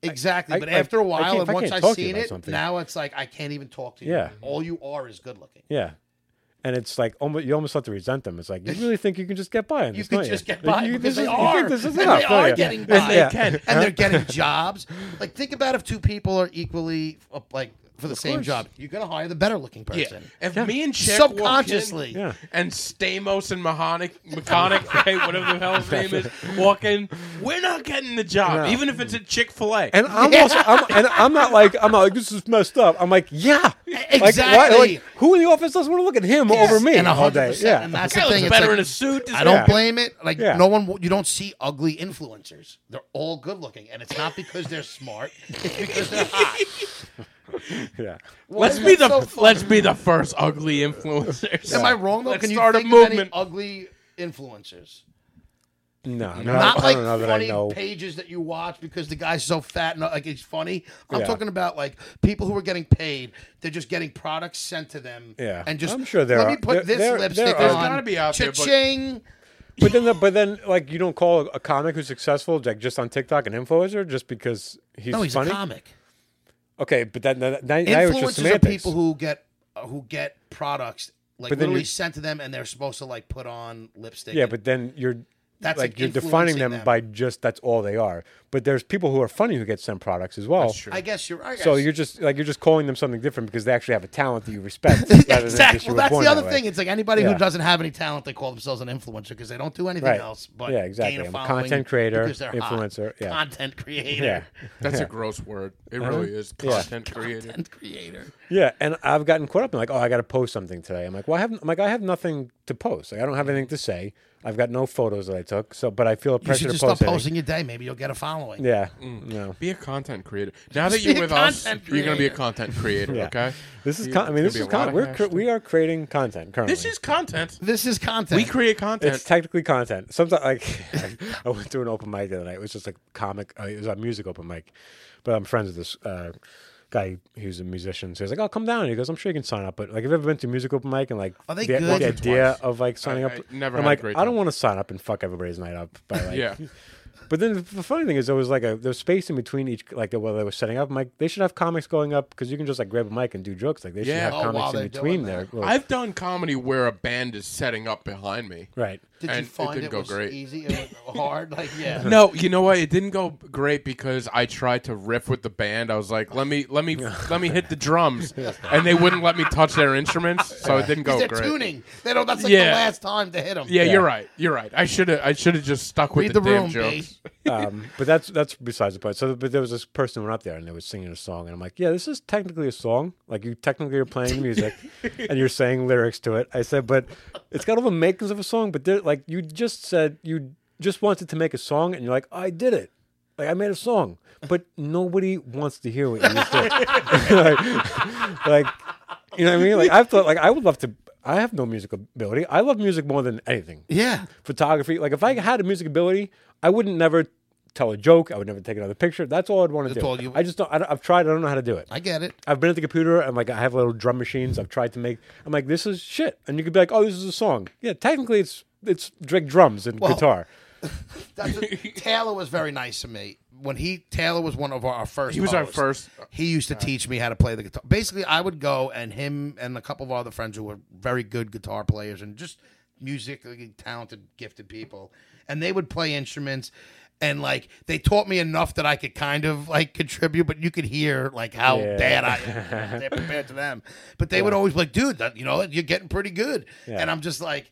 S3: Exactly.
S4: I-
S3: but
S4: I-
S3: after a
S4: I can't-
S3: while, and
S4: I
S3: once
S4: can't
S3: I've
S4: talk to you
S3: seen
S4: about
S3: it,
S4: something.
S3: now it's like I can't even talk to you.
S4: Yeah.
S3: All you are is good looking.
S4: yeah. And it's like almost you almost have to resent them. It's like you really think you can just get by on
S3: You
S4: this,
S3: can
S4: don't
S3: just get
S4: Like,
S3: by
S4: you-
S3: because
S4: this
S3: they
S4: is- you
S3: are.
S4: think this is
S3: and
S4: enough,
S3: they are
S4: don't you?
S3: getting by.
S2: And they can.
S3: and they're getting jobs. Like think about if two people are equally uh, like for the same job, you're gonna hire the better looking
S2: Yeah.
S3: person.
S2: If me and Chick
S3: Subconsciously.
S2: walk in and Stamos and Mahonic, Mechanic, hey, whatever the hell his name is, walk in, we're not getting the job,
S4: No.
S2: even if it's at Chick Fil A.
S4: And I'm also, I'm, and I'm not like, I'm not like, this is messed up. I'm like, yeah, Like, why-
S3: E-, Exactly.
S4: like, who in the office doesn't want to look at him over me
S3: and
S4: all
S3: 100%,
S4: day? Yeah,
S3: And that's
S2: guy
S3: the
S2: looks
S3: thing. it's
S2: better
S3: like,
S2: in a suit. This
S3: I don't
S4: Yeah.
S3: blame it. Like
S4: Yeah.
S3: no one, you don't see ugly influencers. They're all good looking, and it's not because they're smart. It's because they're hot.
S4: yeah.
S2: Let's be the let's be the first ugly influencers.
S3: Am I wrong though?
S2: Let's
S3: Can you
S2: start a
S3: think of any
S2: movement.
S3: ugly influencers?
S4: No, no,
S3: Not
S4: I
S3: like
S4: don't know that I
S3: funny
S4: know.
S3: pages that you watch because the guy's so fat and like he's funny. I'm
S4: Yeah.
S3: talking about like people who are getting paid. They're just getting products sent to them.
S4: Yeah.
S3: and just
S4: I'm sure there
S3: let
S4: are-
S3: me put
S4: there-
S3: this
S4: there-
S3: lipstick
S4: there are-
S3: on.
S4: There's
S2: gotta be out there, but-
S3: Cha-ching.
S4: But then, the, but then, like, you don't call a comic who's successful like just on TikTok an influencer just because he's,
S3: no, he's
S4: funny.
S3: a comic.
S4: Okay, but that, that, that now it's just
S3: Influencers are
S4: semantics.
S3: people who get uh, who get products like
S4: But then
S3: literally
S4: you-
S3: sent to them, and they're supposed to like put on lipstick.
S4: yeah,
S3: and-
S4: but then you're
S3: That's,
S4: like
S3: like,
S4: you're defining
S3: influencing
S4: them,
S3: them.
S4: by just that's all they are. But there's people who are funny who get sent products as well.
S2: true.
S3: I guess you're. I guess.
S4: So you're just like you're just calling them something different because they actually have a talent that you respect. rather than just
S3: exactly.
S4: you
S3: Well,
S4: were
S3: that's
S4: born
S3: the
S4: that
S3: other
S4: way.
S3: thing. It's like anybody
S4: Yeah.
S3: who doesn't have any talent, they call themselves an influencer because they don't do anything
S4: Right.
S3: else but
S4: Yeah, exactly.
S3: gain a
S4: I'm a
S3: following
S4: content creator,
S3: because they're hot.
S4: influencer, yeah.
S3: content creator,
S4: Yeah.
S2: That's a gross word. It really is. Content creator.
S3: Uh-huh. content creator.
S4: Yeah, and I've gotten caught up in like, oh, I got to post something today. I'm like, well, I haven't. I'm like, I have nothing to post. Like, I don't have anything to say. I've got no photos that I took. So, but I feel
S3: You
S4: a pressure
S3: should
S4: to
S3: just
S4: post.
S3: stop
S4: anything.
S3: posting your day. Maybe you'll get a following.
S4: Yeah,
S2: Mm.
S4: no.
S2: Be a content creator. Now that
S3: Be
S2: you're
S3: a
S2: with us,
S3: content
S2: you're gonna be a
S3: creator.
S2: content creator.
S4: Yeah.
S2: Okay.
S4: This is.
S2: Yeah,
S4: Con- I mean,
S2: it's gonna
S4: this is.
S2: be a lot
S4: Con-
S2: of
S4: we're
S2: hashtag.
S4: cre- we are creating content currently.
S2: This is content.
S3: This is content.
S2: We create content.
S4: It's technically content. Sometimes, like, I went to an open mic the other night. It was just like comic. Uh, it was a music open mic, but I'm friends with this uh, guy who's a musician says like, "Oh, come down." And he goes, "I'm sure you can sign up." But like, have you ever been to a music open mic and like
S3: Are they
S4: the,
S3: good?
S4: the
S3: Once or
S4: idea
S3: twice.
S4: of like signing
S2: I-
S4: up?
S2: I never
S4: I'm
S2: had a
S4: like,
S2: great
S4: I don't
S2: time.
S4: want to sign up and fuck everybody's night up by like
S2: Yeah.
S4: But then the the funny thing is, there was like a there was space in between each like while they were setting up. I'm like, they should have comics going up because you can just like grab a mic and do jokes. Like they
S2: Yeah.
S4: should have
S2: Oh,
S3: while
S4: comics in
S3: they're
S4: between
S3: doing
S4: there.
S3: that.
S4: Well,
S2: I've done comedy where a band is setting up behind me.
S4: right.
S3: Did
S2: And
S3: you
S2: it
S3: find
S2: didn't
S3: it,
S2: go
S3: was
S2: great.
S3: easy and hard? Like, yeah.
S2: No, you know what? It didn't go great because I tried to riff with the band. I was like, "Let me, let me, let me hit the drums," and they wouldn't let me touch their instruments, so it didn't go
S3: they're
S2: great.
S3: tuning. They don't. That's like the
S2: Yeah.
S3: last time to hit them.
S2: Yeah, you're right. You're right. I should have. I should have just stuck with
S3: Read the,
S2: damn
S3: room,
S2: jokes.
S3: B.
S4: um, but that's that's besides the point. So, but there was this person who went up there and they was singing a song, and I'm like, yeah, this is technically a song. Like you technically are playing the music, and you're saying lyrics to it. I said, but it's got all the makings of a song. But they're- like you just said, you just wanted to make a song, and you're like, I did it. Like I made a song, but nobody wants to hear what you just did. like, like, you know what I mean? Like I've thought, like I would love to. I have no musical ability. I love music more than anything
S3: Yeah.
S4: photography. Like if I
S3: Mm-hmm.
S4: had a music ability, I wouldn't never tell a joke. I would never take another picture. That's all I'd want to
S3: That's
S4: do.
S3: all you-
S4: I just don't, I don't. I've tried. I don't know how to do it.
S3: I get it.
S4: I've been at the computer and like I have little drum machines. I've tried to make. I'm like this is shit. And you could be like, oh, this is a song. Yeah, technically it's it's Drake drums and guitar.
S3: That's what- Taylor was very nice to me. When he Taylor was one of our, our first.
S2: He was our
S3: hosts.
S2: first-
S3: He used to teach me how to play the guitar. Basically, I would go and him and a couple of our other friends who were very good guitar players and just musically talented, gifted people, and they would play instruments. And like they taught me enough that I could kind of like contribute, but you could hear like how
S4: Yeah.
S3: bad I am they're compared to them. But they would always be like, "Dude, that, you know, you're getting pretty good," and I'm just like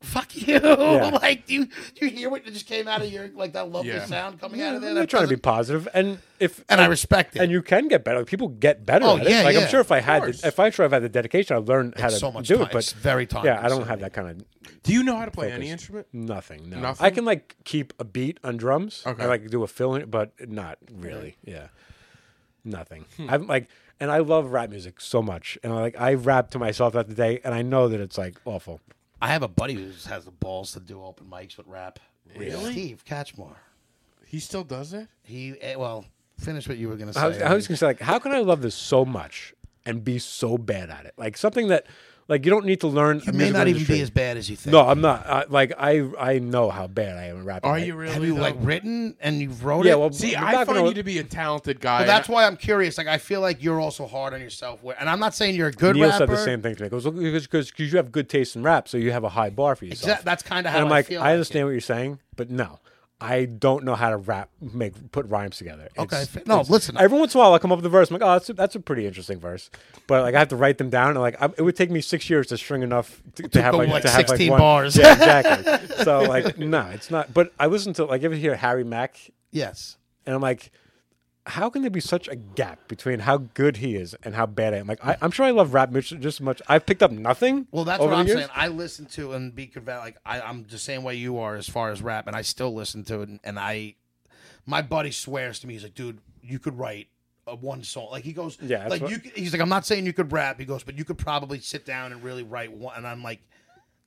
S3: fuck you. like, do you, do you hear what just came out of your, like, that lovely
S2: Yeah.
S3: sound coming out of there?
S4: They're
S3: That
S4: trying to be
S3: doesn't-
S4: positive, and if
S3: And I respect it.
S4: and you can get better. People get better.
S3: Oh,
S4: at it.
S3: yeah,
S4: Like
S3: yeah,
S4: I'm sure if I
S3: of
S4: had,
S3: course.
S4: the, if I sure I've had the dedication, I learned how
S3: It's
S4: to
S3: so much
S4: do
S3: time.
S4: it. But
S3: It's very time
S4: Yeah, I don't
S3: consuming.
S4: have that kind of
S2: Do you know how to play any
S4: Focus.
S2: instrument?
S4: Nothing. No.
S2: Nothing?
S4: I can like keep a beat on drums.
S2: Okay.
S4: I like do a fill in, but not really. Yeah. Nothing. I'm like, and I love rap music so much, and I like I rap to myself throughout the day, and I know that it's like awful.
S3: I have a buddy who just has the balls to do open mics with rap. Really? Steve Catchmore.
S2: He still does it.
S3: He, eh, well, finish what you were going to say.
S4: I was, I was gonna say like, how can I love this so much and be so bad at it? Like something that, like you don't need to learn.
S3: you
S4: a
S3: may
S4: musical
S3: not even
S4: industry.
S3: be as bad as you think.
S4: No, I'm not. I, like I, I know how bad I am at rapping.
S2: Are
S4: I-
S2: you really?
S3: Have you,
S2: though?
S3: like, written and you've wrote
S4: Yeah.
S3: it?
S4: Well,
S2: See,
S4: we're
S2: I
S4: not
S2: find
S4: gonna-
S2: you to be a talented guy.
S3: Well, that's why I'm curious. Like, I feel like you're also hard on yourself. Where, and I'm not saying you're a good
S4: Neil
S3: rapper.
S4: said the same thing to me. Goes because you have good taste in rap, so you have a high bar for yourself.
S3: Exact- that's kinda how
S4: and I'm
S3: I
S4: like.
S3: feel
S4: I
S3: like
S4: understand what you're saying, but no, I don't know how to rap, make put rhymes together.
S3: Okay.
S4: It's-
S3: fa- No, listen.
S4: Every once in a while, I come up with a verse. I'm like, oh, that's a, that's a pretty interesting verse, but like I have to write them down. And like I, it would take me six years to string enough to, to have
S3: go,
S4: like,
S3: like,
S4: to have
S3: 16
S4: like one-
S3: bars.
S4: Yeah, exactly. so like, no, it's not. But I listen to like, you ever hear Harry Mack
S3: yes.
S4: and I'm like, how can there be such a gap between how good he is and how bad I am? Like, I, I'm sure I love rap music just as much. I've picked up nothing.
S3: Well, that's
S4: over
S3: what
S4: the
S3: I'm
S4: years.
S3: saying. I listen to and be convinced. Like I, I'm the same way you are as far as rap, and I still listen to it. And, and I, my buddy swears to me, he's like, "Dude, you could write a one song." Like he goes,
S4: Yeah, that's
S3: like
S4: what-
S3: you." Could, he's like, "I'm not saying you could rap." He goes, "But you could probably sit down and really write one." And I'm like.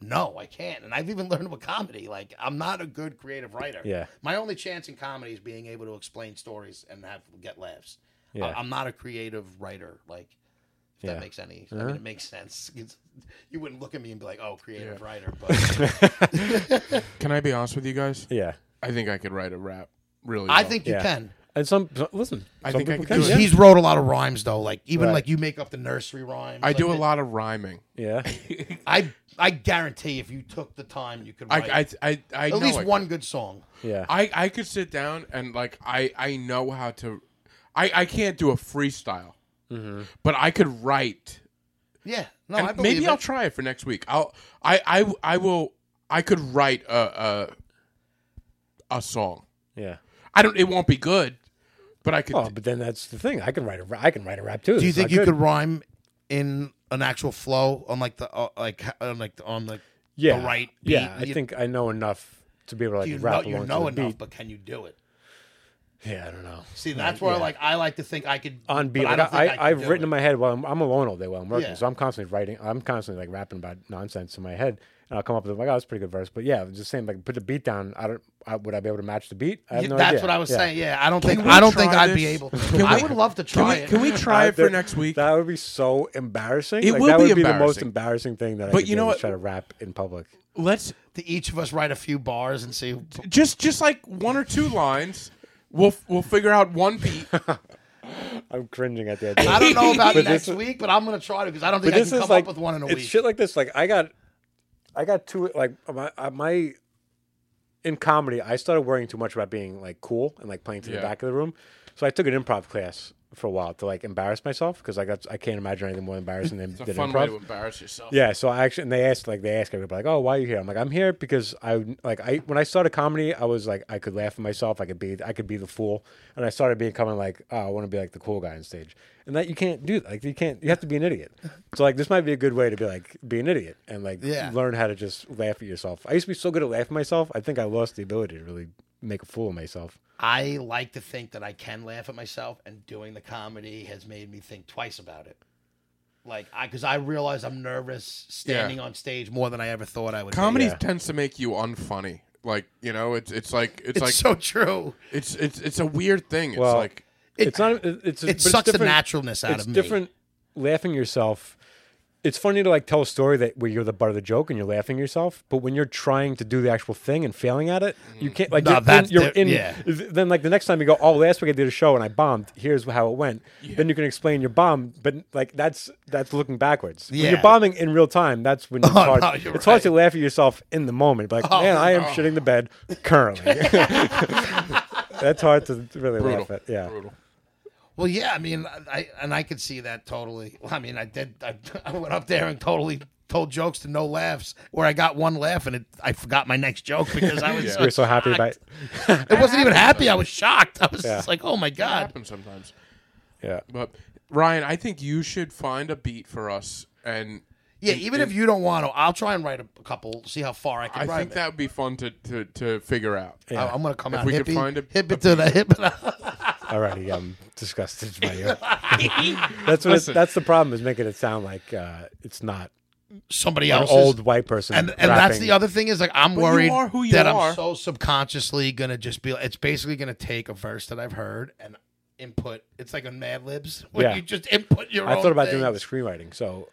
S3: No, I can't. And I've even learned with comedy. Like, I'm not a good creative writer.
S4: Yeah.
S3: My only chance in comedy is being able to explain stories and have get laughs.
S4: Yeah.
S3: I, am not a creative writer. Like, if
S4: Yeah.
S3: that makes any,
S2: Uh-huh.
S3: I mean, it makes sense. It's- you wouldn't look at me and be like, "Oh, creative writer," but
S2: Can I be honest with you guys?
S4: Yeah.
S2: I think I could write a rap. Really,
S3: I
S2: well.
S3: think you
S4: Yeah.
S3: can.
S4: And some, some- listen,
S2: I
S4: some
S2: think I
S4: people
S2: could do
S4: can,
S2: it.
S3: He's wrote a lot of rhymes though. Like, even
S4: Right.
S3: like you make up the nursery rhymes.
S2: I do a
S3: like,
S2: lot of rhyming.
S4: Yeah. Yeah.
S3: I I guarantee if you took the time, you could
S2: I,
S3: write
S2: I, I, I know
S3: at least
S2: I-
S3: one good song.
S4: Yeah.
S2: I, I could sit down and like I, I know how to. I, I can't do a freestyle,
S4: Mm-hmm.
S2: but I could write.
S3: Yeah. No,
S2: And
S3: Oh, I believe
S2: maybe
S3: it.
S2: I'll try it for next week. I'll I I, I will I could write a, a a song.
S4: yeah.
S2: I don't. It won't be good, but I could.
S4: Oh, but then that's the thing. I can write a ra- I can write a rap too.
S3: Do you
S4: It's not
S3: think you
S4: good.
S3: could rhyme in an actual flow on like the uh, like h- on like on like
S4: Yeah.
S3: the right beat?
S4: Yeah. I
S3: You-
S4: think I know enough to be able to like
S3: you know,
S4: rap
S3: you
S4: along
S3: know
S4: to the
S3: enough,
S4: beat.
S3: but can you do it?
S4: Yeah. I don't know.
S3: See, that's where like I like to think I could
S4: on beat.
S3: but
S4: Like,
S3: don't
S4: I,
S3: think
S4: I,
S3: could
S4: have
S3: do
S4: written
S3: it.
S4: in my head while I'm, I'm alone all day while I'm working,
S3: Yeah.
S4: so I'm constantly writing. I'm constantly like rapping about nonsense in my head, And I'll come up with like, oh, that's a pretty good verse. But yeah, just saying, like, put the beat down. I don't. I, would I be able to match the beat? I have no
S3: That's
S4: idea.
S3: what I was
S4: Yeah.
S3: saying. Yeah, I don't think
S6: we
S3: I don't
S6: try
S3: think I'd be
S6: this?
S3: able.
S6: Can
S3: I
S6: we-
S3: would love to
S6: Can
S3: try
S6: we,
S3: it.
S6: can we try it for
S4: that-
S6: next week?
S4: That would be so embarrassing.
S6: It
S4: Like,
S6: will
S4: that
S6: be
S4: would be the most
S6: embarrassing.
S4: embarrassing thing that I
S6: But
S4: could
S6: you
S4: do
S6: know
S4: is
S6: what?
S4: try to rap in public.
S6: Let's
S3: to each of us write a few bars and see. who-
S6: just just like one or two lines. We'll we'll figure out one beat.
S4: I'm cringing at the idea.
S3: I don't know about
S4: But
S3: next
S4: this-
S3: week, but I'm gonna try to because I don't
S4: but
S3: think I
S4: this
S3: can come
S4: is like
S3: up with one in a
S4: it's
S3: week.
S4: shit like this. Like I got, I got two like my uh, my in comedy. I started worrying too much about being like cool and like playing to the
S2: Yeah.
S4: back of the room. So I took an improv class for a while to like embarrass myself because I got I can't imagine anything more embarrassing than,
S2: It's a
S4: than
S2: fun
S4: improv.
S2: way to embarrass yourself.
S4: Yeah, so I actually and they asked like they asked everybody like, "Oh, why are you here?" I'm like, "I'm here because I like I when I started comedy, I was like I could laugh at myself, I could be I could be the fool, and I started becoming like oh, I want to be like the cool guy on stage, and that you can't do like you can't you have to be an idiot. So like this might be a good way to be like be an idiot and like
S3: Yeah.
S4: learn how to just laugh at yourself. I used to be so good at laughing at myself, I think I lost the ability to really make a fool of myself.
S3: I like to think that I can laugh at myself, and doing the comedy has made me think twice about it. Like I, because I realize I'm nervous standing on stage more than I ever thought I would. be.
S2: Comedy tends to make you unfunny. Like you know, it's it's like it's,
S3: it's
S2: like
S3: so true.
S2: it's it's it's a weird thing. It's
S4: Well,
S2: like
S3: It-
S4: it's not it- it's but
S3: It
S4: it's
S3: sucks the
S4: different-
S3: naturalness out
S4: it's
S3: of me.
S4: different laughing yourself it's funny to like tell a story that where you're the butt of the joke and you're laughing yourself but when you're trying to do the actual thing and failing at it you can't like
S3: No,
S4: you're, in-
S3: that's
S4: you're
S3: di-
S4: in
S3: yeah.
S4: th- then like the next time you go oh last week i did a show and i bombed here's how it went then you can explain your bomb but like that's that's looking backwards when
S3: Yeah. Oh,
S4: you're bombing in real time that's when it's hard
S3: no,
S4: it's
S3: you're
S4: hard
S3: right. Oh,
S4: to laugh at yourself in the moment but like man i am shitting the bed currently that's hard to really laugh
S2: brutal.
S4: at yeah
S2: brutal.
S3: Well, yeah, I mean, I I- and I could see that totally. Well, I mean, I did. I, I went up there and totally told jokes to no laughs, where I got one laugh and it, I forgot my next joke because I was so,
S4: you're so happy about
S3: shocked. It wasn't even happy. I was shocked. I was just like, oh my
S2: It
S3: god.
S2: happens sometimes.
S4: yeah
S2: But Ryan, I think you should find a beat for us, and
S3: Yeah, even if you don't want to, I'll try and write a, a couple. See how far I can.
S2: I
S3: write
S2: think
S3: it.
S2: that would be fun to to, to figure out.
S3: I, I'm gonna come
S2: If
S3: out
S2: we
S3: hippie,
S2: could find a-
S3: hippie to the hippie.
S4: Alrighty, I'm um, disgusted by you. that's what it's,
S2: Listen.
S4: that's the problem is making it sound like uh, it's not
S3: Somebody
S4: an
S3: else.
S4: old white person.
S3: and and that's
S4: rapping.
S3: the other thing is like I'm
S2: you
S3: worried
S2: are who you
S3: that
S2: are.
S3: I'm so subconsciously gonna just be. It's basically gonna take a verse that I've heard and input. It's like a Mad Libs where
S4: Yeah.
S3: you just input your.
S4: I
S3: own
S4: thought about doing that
S3: things.
S4: with screenwriting. So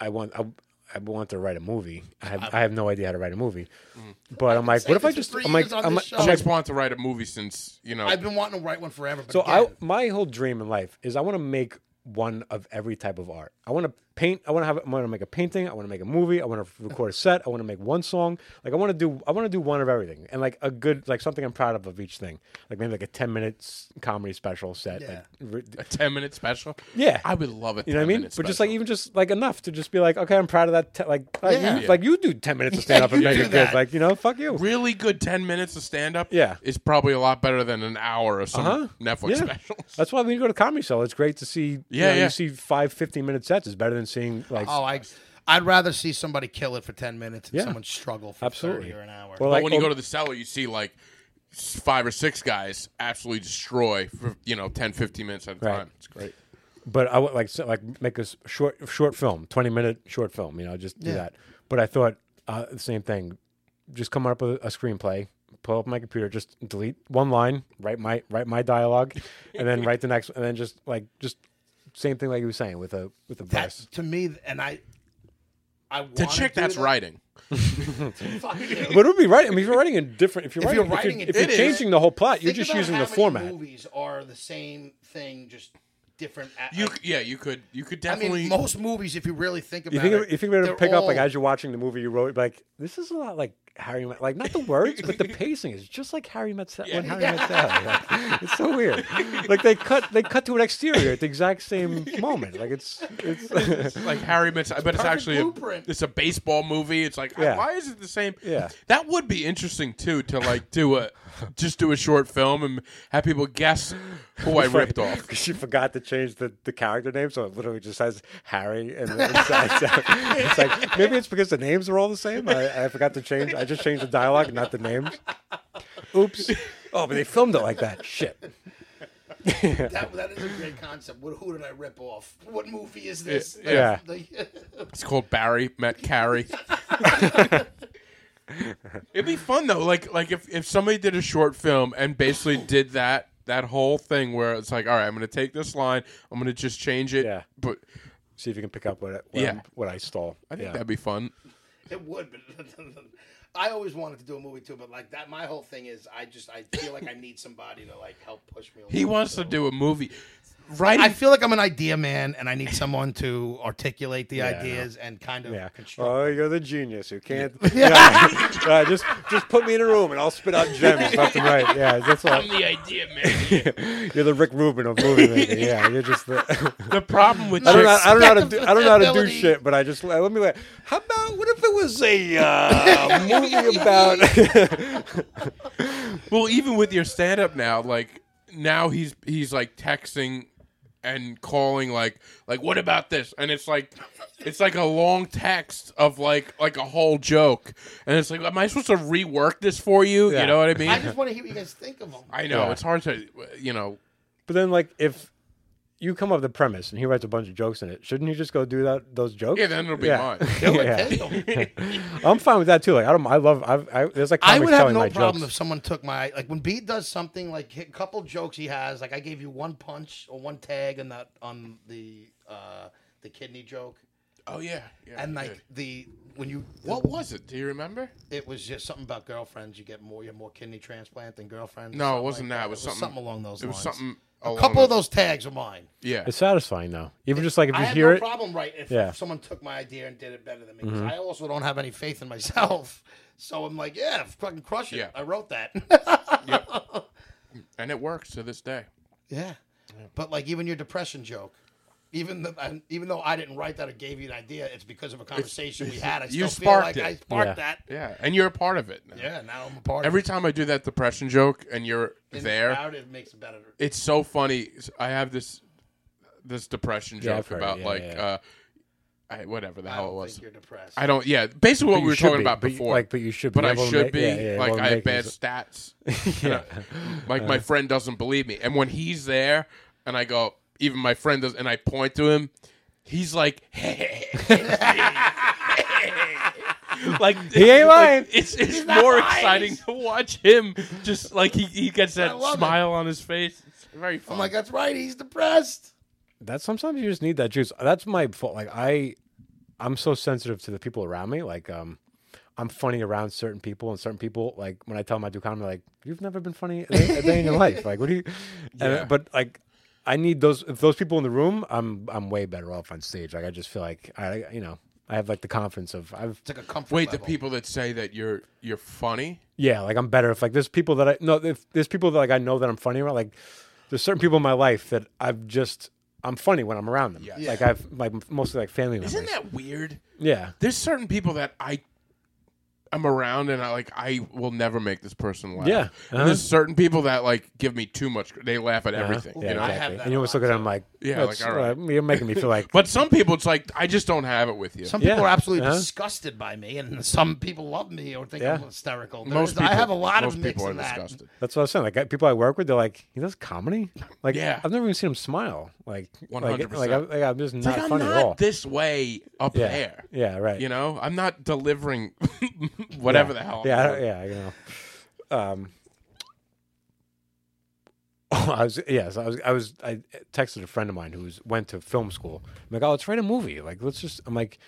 S4: I want I, I want to write a movie. I have, I have no idea how to write a movie,
S3: Mm.
S4: but I'm like,
S3: saying
S4: what if I
S3: this for
S4: just
S3: three
S4: I'm like
S3: years on
S4: I'm
S3: this
S4: like, I'm
S3: show.
S4: like
S2: Just want to write a movie since you know.
S3: I've been wanting to write one forever. But
S4: So I,
S3: again,
S4: my whole dream in life is I want to make one of every type of art. I want to paint. I want to have. I want to make a painting. I want to make a movie. I want to record a set. I want to make one song. Like I want to do. I want to do one of everything and like a good like something I'm proud of of each thing. Like maybe like a ten minutes comedy special set. Yeah. Like, re-
S2: a ten minute special.
S4: yeah.
S2: I would love it.
S4: you know what I mean? But just like even just like enough to just be like, okay, I'm proud of that. Te- like, like,
S3: Yeah.
S4: you, like you do ten minutes to stand up and
S3: you
S4: make
S3: do
S4: it good.
S3: that.
S4: Like you know, fuck you.
S2: really good ten minutes of stand up.
S4: Yeah.
S2: is probably a lot better than an hour of some
S4: Uh-huh.
S2: Netflix
S4: Yeah.
S2: specials.
S4: That's why when you go to comedy show, it's great to see. you,
S2: Yeah,
S4: know,
S2: yeah.
S4: you see five 15 minute sets is better than seeing like
S3: oh I, I'd rather see somebody kill it for ten minutes and
S4: Yeah.
S3: someone struggle for
S4: Absolutely.
S3: thirty or an hour.
S4: Or
S2: But
S4: like
S2: when you
S4: oh,
S2: go to the cellar, you see like s- five or six guys absolutely destroy for you know 10, 15 minutes at a
S4: Right.
S2: time. It's great.
S4: but I would like so, like make a s- short short film, twenty minute short film. You know, just do that. But I thought uh, the same thing. Just come up with a screenplay, pull up my computer, just delete one line, write my write my dialogue, and then write the next, and then just like just same thing like you were saying with a with a
S3: that
S4: verse.
S3: to me, and I, I want
S2: To chick that's writing.
S4: But it would be right. I mean, if you're writing a different, if you're
S3: If
S4: writing,
S3: you're
S4: if
S3: writing
S4: you're,
S3: it
S4: if you're
S3: different-
S4: changing the whole plot, you're
S3: Think
S4: just
S3: about
S4: using
S3: how
S4: the
S3: many
S4: format.
S3: Movies are the same thing, just different. At,
S2: You
S3: like,
S2: yeah, you could you could
S3: I
S2: definitely
S3: mean, most movies, if you really think about
S4: You think
S3: it,
S4: of- you think we're gonna
S3: they're
S4: pick up like
S3: all-
S4: as you're watching the movie you wrote like this is a lot like Harry Met like not the words but the pacing is just like Harry Met Sa- when Harry Met Sally. Like, it's so weird. Like they cut they cut to an exterior at the exact same moment. Like it's it's
S2: like Harry Mitch. I bet it's
S3: perfect
S2: actually a,
S3: blueprint.
S2: it's a baseball movie. It's like
S4: Yeah.
S2: why is it the same?
S4: Yeah.
S2: that would be interesting too to like do a just do a short film and have people guess who I ripped off.
S4: because she forgot to change the, the character name, so it literally just says Harry and then it's, it's like maybe it's because the names are all the same. I, I forgot to change. I just changed the dialogue, not the names. Oops. Oh, but they filmed it like that. Shit.
S3: That, that is a great concept. What, who did I rip off? What movie is this?
S4: Yeah.
S3: The-
S2: It's called Barry Met Carrie. It'd be fun though. Like like if, if somebody did a short film and basically did that that whole thing where it's like, all right, I'm gonna take this line, I'm gonna just change it.
S4: Yeah.
S2: But
S4: See if you can pick up what, I- what,
S2: Yeah.
S4: I'm- what I stole.
S2: I think
S4: yeah.
S2: that'd be fun.
S3: It would, but I always wanted to do a movie too. But like that, my whole thing is, I just I feel like I need somebody to like help push me.
S2: He
S3: along,
S2: wants
S3: so-
S2: to do a movie. Right.
S3: I feel like I'm an idea man, and I need someone to articulate the
S4: I know.
S3: ideas and kind of
S4: Yeah.
S3: construct.
S4: Oh, you're the genius who can't. Yeah. Uh, just, just put me in a room and I'll spit out gems left and right. Yeah, that's all.
S2: the idea, man.
S4: You're the Rick Rubin of movie making. Yeah, you're just the.
S2: the problem with
S4: I don't, know,
S2: chicks,
S4: I don't know how to do. I don't know how to do
S3: Respectability.
S4: shit, but I just let me. Like, how about what if it was a uh, movie about?
S2: well, even with your stand up now, like now he's he's like texting and calling like like what about this? And it's like it's like a long text of like like a whole joke. And it's like am I supposed to rework this for you?
S4: Uh, Yeah.
S2: You know what I mean?
S3: I
S2: I,
S3: just want to hear what you guys think of them.
S2: know,
S4: Yeah.
S2: it's hard to you know
S4: but then, like, if you come up with a premise and he writes a bunch of jokes in it, shouldn't he just go do that those jokes?
S2: yeah, then it'll be
S4: Yeah.
S2: mine.
S3: They would
S4: Yeah.
S3: take 'em.
S4: I'm fine with that too. Like, I don't. I love. I've, I there's like
S3: I
S4: comics
S3: would have
S4: telling
S3: no
S4: my
S3: problem if
S4: jokes.
S3: someone took my like when B does something like a couple jokes he has like I gave you one punch or one tag on that on the uh the kidney joke
S2: Oh yeah. yeah
S3: and like
S2: good.
S3: the when you
S2: what was it? Do you remember?
S3: it was just something about girlfriends you get more you have more kidney transplant than girlfriends or
S2: No, it
S3: something
S2: wasn't
S3: like
S2: that. It was something
S3: along those
S2: It was
S3: lines
S2: something
S3: a
S2: along
S3: couple of those tags are mine
S2: Yeah.
S4: It's satisfying though. Even just like if
S3: I
S4: you
S3: have
S4: hear
S3: no
S4: it,
S3: problem right if
S4: Yeah.
S3: someone took my idea and did it better than me
S2: Mm-hmm.
S3: 'cause I also don't have any faith in myself so I'm like yeah fucking crush it
S2: Yeah.
S3: I wrote that
S2: And it works to this day.
S3: Yeah. But like even your depression joke, even the, and even though I didn't write that or gave you an idea, it's because of a conversation we had. I still
S2: you
S3: feel like
S2: sparked it.
S3: I sparked
S4: Yeah.
S3: that.
S2: Yeah. And you're a part of it now.
S3: Yeah, now I'm a part
S2: Every
S3: of
S2: time I do that depression joke and you're
S3: it. And
S2: there,
S3: now it makes it better.
S2: it's so funny. I have this this depression
S4: Yeah, I've
S2: joke
S4: heard it.
S2: about
S4: Yeah,
S2: like
S4: yeah,
S2: uh I, whatever the
S3: I
S2: hell it
S3: don't
S2: was.
S3: think you're depressed.
S2: I don't. Yeah, basically what
S4: you
S2: we were
S4: should
S2: talking
S4: be,
S2: about
S4: but you-
S2: before.
S4: like, but you should be
S2: But I
S4: able to
S2: should
S4: make-
S2: be.
S4: yeah, yeah,
S2: like
S4: able to
S2: I have
S4: make
S2: bad
S4: these-
S2: stats. And I- like my friend doesn't believe me, and when he's there, and I go, even my friend does, and I point to him, he's like, like
S4: He ain't
S2: like,
S4: lying.
S2: it's it's more exciting to watch him. Just like he, he gets that
S3: love it.
S2: smile on his face. It's very fun.
S3: I'm like, that's right, he's depressed.
S4: that sometimes you just need that juice. That's my fault. Like I, I'm so sensitive to the people around me. Like um, I'm funny around certain people, and certain people like when I tell them I do comedy, like you've never been funny a day, a day in your life. Like what do you? and-
S2: Yeah.
S4: but like. I need those. If those people in the room, I'm I'm way better off on stage. Like I just feel like I, you know, I have like the confidence of I've
S3: It's like a comfort.
S2: Wait, the
S3: level.
S2: people that say that you're you're funny.
S4: Yeah, like I'm better if like there's people that I no if there's people that like I know that I'm funny around. Like there's certain people in my life that I've just I'm funny when I'm around them. Like I've like mostly like family members.
S2: Isn't that weird?
S4: yeah,
S2: There's certain people that I I'm around and I like I will never make this person laugh.
S4: Yeah, uh-huh.
S2: And there's certain people that like give me too much. They laugh at everything.
S4: Yeah,
S2: you know?
S4: exactly.
S3: have that
S4: and you
S3: a
S4: always
S3: lot,
S4: look at them like
S2: Yeah,
S4: that's-
S2: like, all right.
S4: uh, you're making me feel like
S2: But some people, it's like I just don't have it with you.
S3: some
S4: Yeah.
S3: people are absolutely
S4: Uh-huh.
S3: disgusted by me, and some people love me or think I'm
S4: Yeah.
S3: hysterical. There's-
S2: most people,
S3: I have a lot
S2: most
S3: of mix
S2: people are
S3: in that.
S2: disgusted.
S4: that's what I was saying. Like I- people I work with, they're like he does comedy. Like
S2: Yeah.
S4: I've never even seen him smile. Like like
S2: 100%.
S4: like, I, like I'm just not
S2: Like I'm
S4: funny at all.
S2: not this way up
S4: yeah,
S2: there.
S4: yeah, right.
S2: You know, I'm not delivering whatever the hell. I'm
S4: Yeah, I don't-
S2: doing.
S4: yeah, you know. Um, oh, I was yes, I was I was I texted a friend of mine who was, went to film school. I'm like, oh, let's write a movie. Like, let's just. I'm like,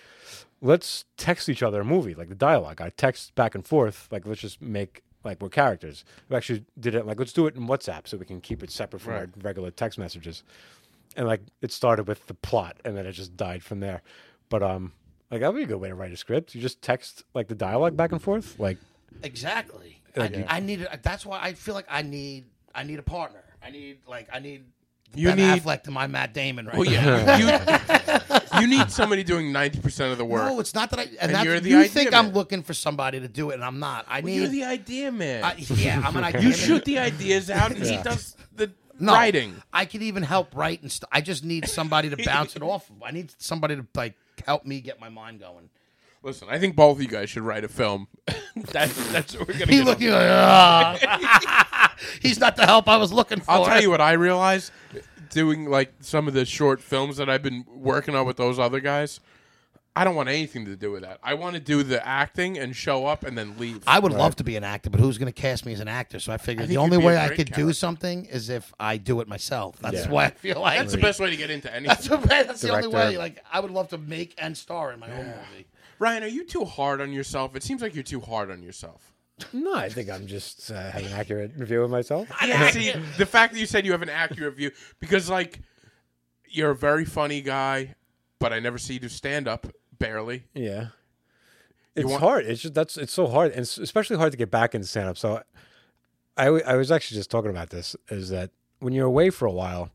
S4: let's text each other a movie, like the dialogue. I text back and forth. Like, let's just make like we're characters. We actually did it. Like, let's do it in WhatsApp so we can keep it separate from our
S2: Right.
S4: regular text messages. And like, it started with the plot, and then it just died from there. But um. Like that would be a good way to write a script. You just text like the dialogue back and forth. Like
S3: Exactly. I, I need. That's why I feel like I need. I need a partner. I need like I need.
S2: You
S3: ben
S2: need-
S3: Affleck to my Matt Damon right
S2: Oh
S3: now.
S2: yeah, you, you need somebody doing ninety percent of the work.
S3: No, it's not that I. And, that's,
S2: you're the
S3: you
S2: idea
S3: think I'm
S2: man.
S3: looking for somebody to do it, and I'm not. I need.
S2: You're the idea man.
S3: I, yeah, I'm an idea.
S2: you
S3: man.
S2: shoot the ideas out, and he does the
S3: No,
S2: writing.
S3: I could even help write and stuff. I just need somebody to bounce it off. of. I need somebody to like help me get my mind going.
S2: Listen, I think both of you guys should write a film. that's that's what we're gonna.
S3: He
S2: Get
S3: looking
S2: on.
S3: like, "Ah." he's not the help I was looking for.
S2: I'll tell you what I realized doing like some of the short films that I've been working on with those other guys. I don't want anything to do with that. I want to do the acting and show up and then leave.
S3: I would love to be an actor, but who's going to cast me as an actor? So I figured
S2: think
S3: the
S2: you'd
S3: only
S2: be a
S3: way I
S2: great
S3: could do
S2: character.
S3: something is if I do it myself. That's why I feel like
S2: That's the best way to get into anything.
S3: That's, the, that's the only
S4: Director.
S3: way. Like I would love to make and star in my own movie.
S2: Ryan, are you too hard on yourself? It seems like you're too hard on yourself.
S4: No, I think I'm just uh, having an accurate review of myself.
S2: Yeah. See, the fact that you said you have an accurate view because like you're a very funny guy, but I never see you do stand up barely.
S4: Yeah. It's
S2: want-
S4: hard. It's just that's it's so hard, and it's especially hard to get back in stand up. So, I w- I was actually just talking about this is that when you're away for a while,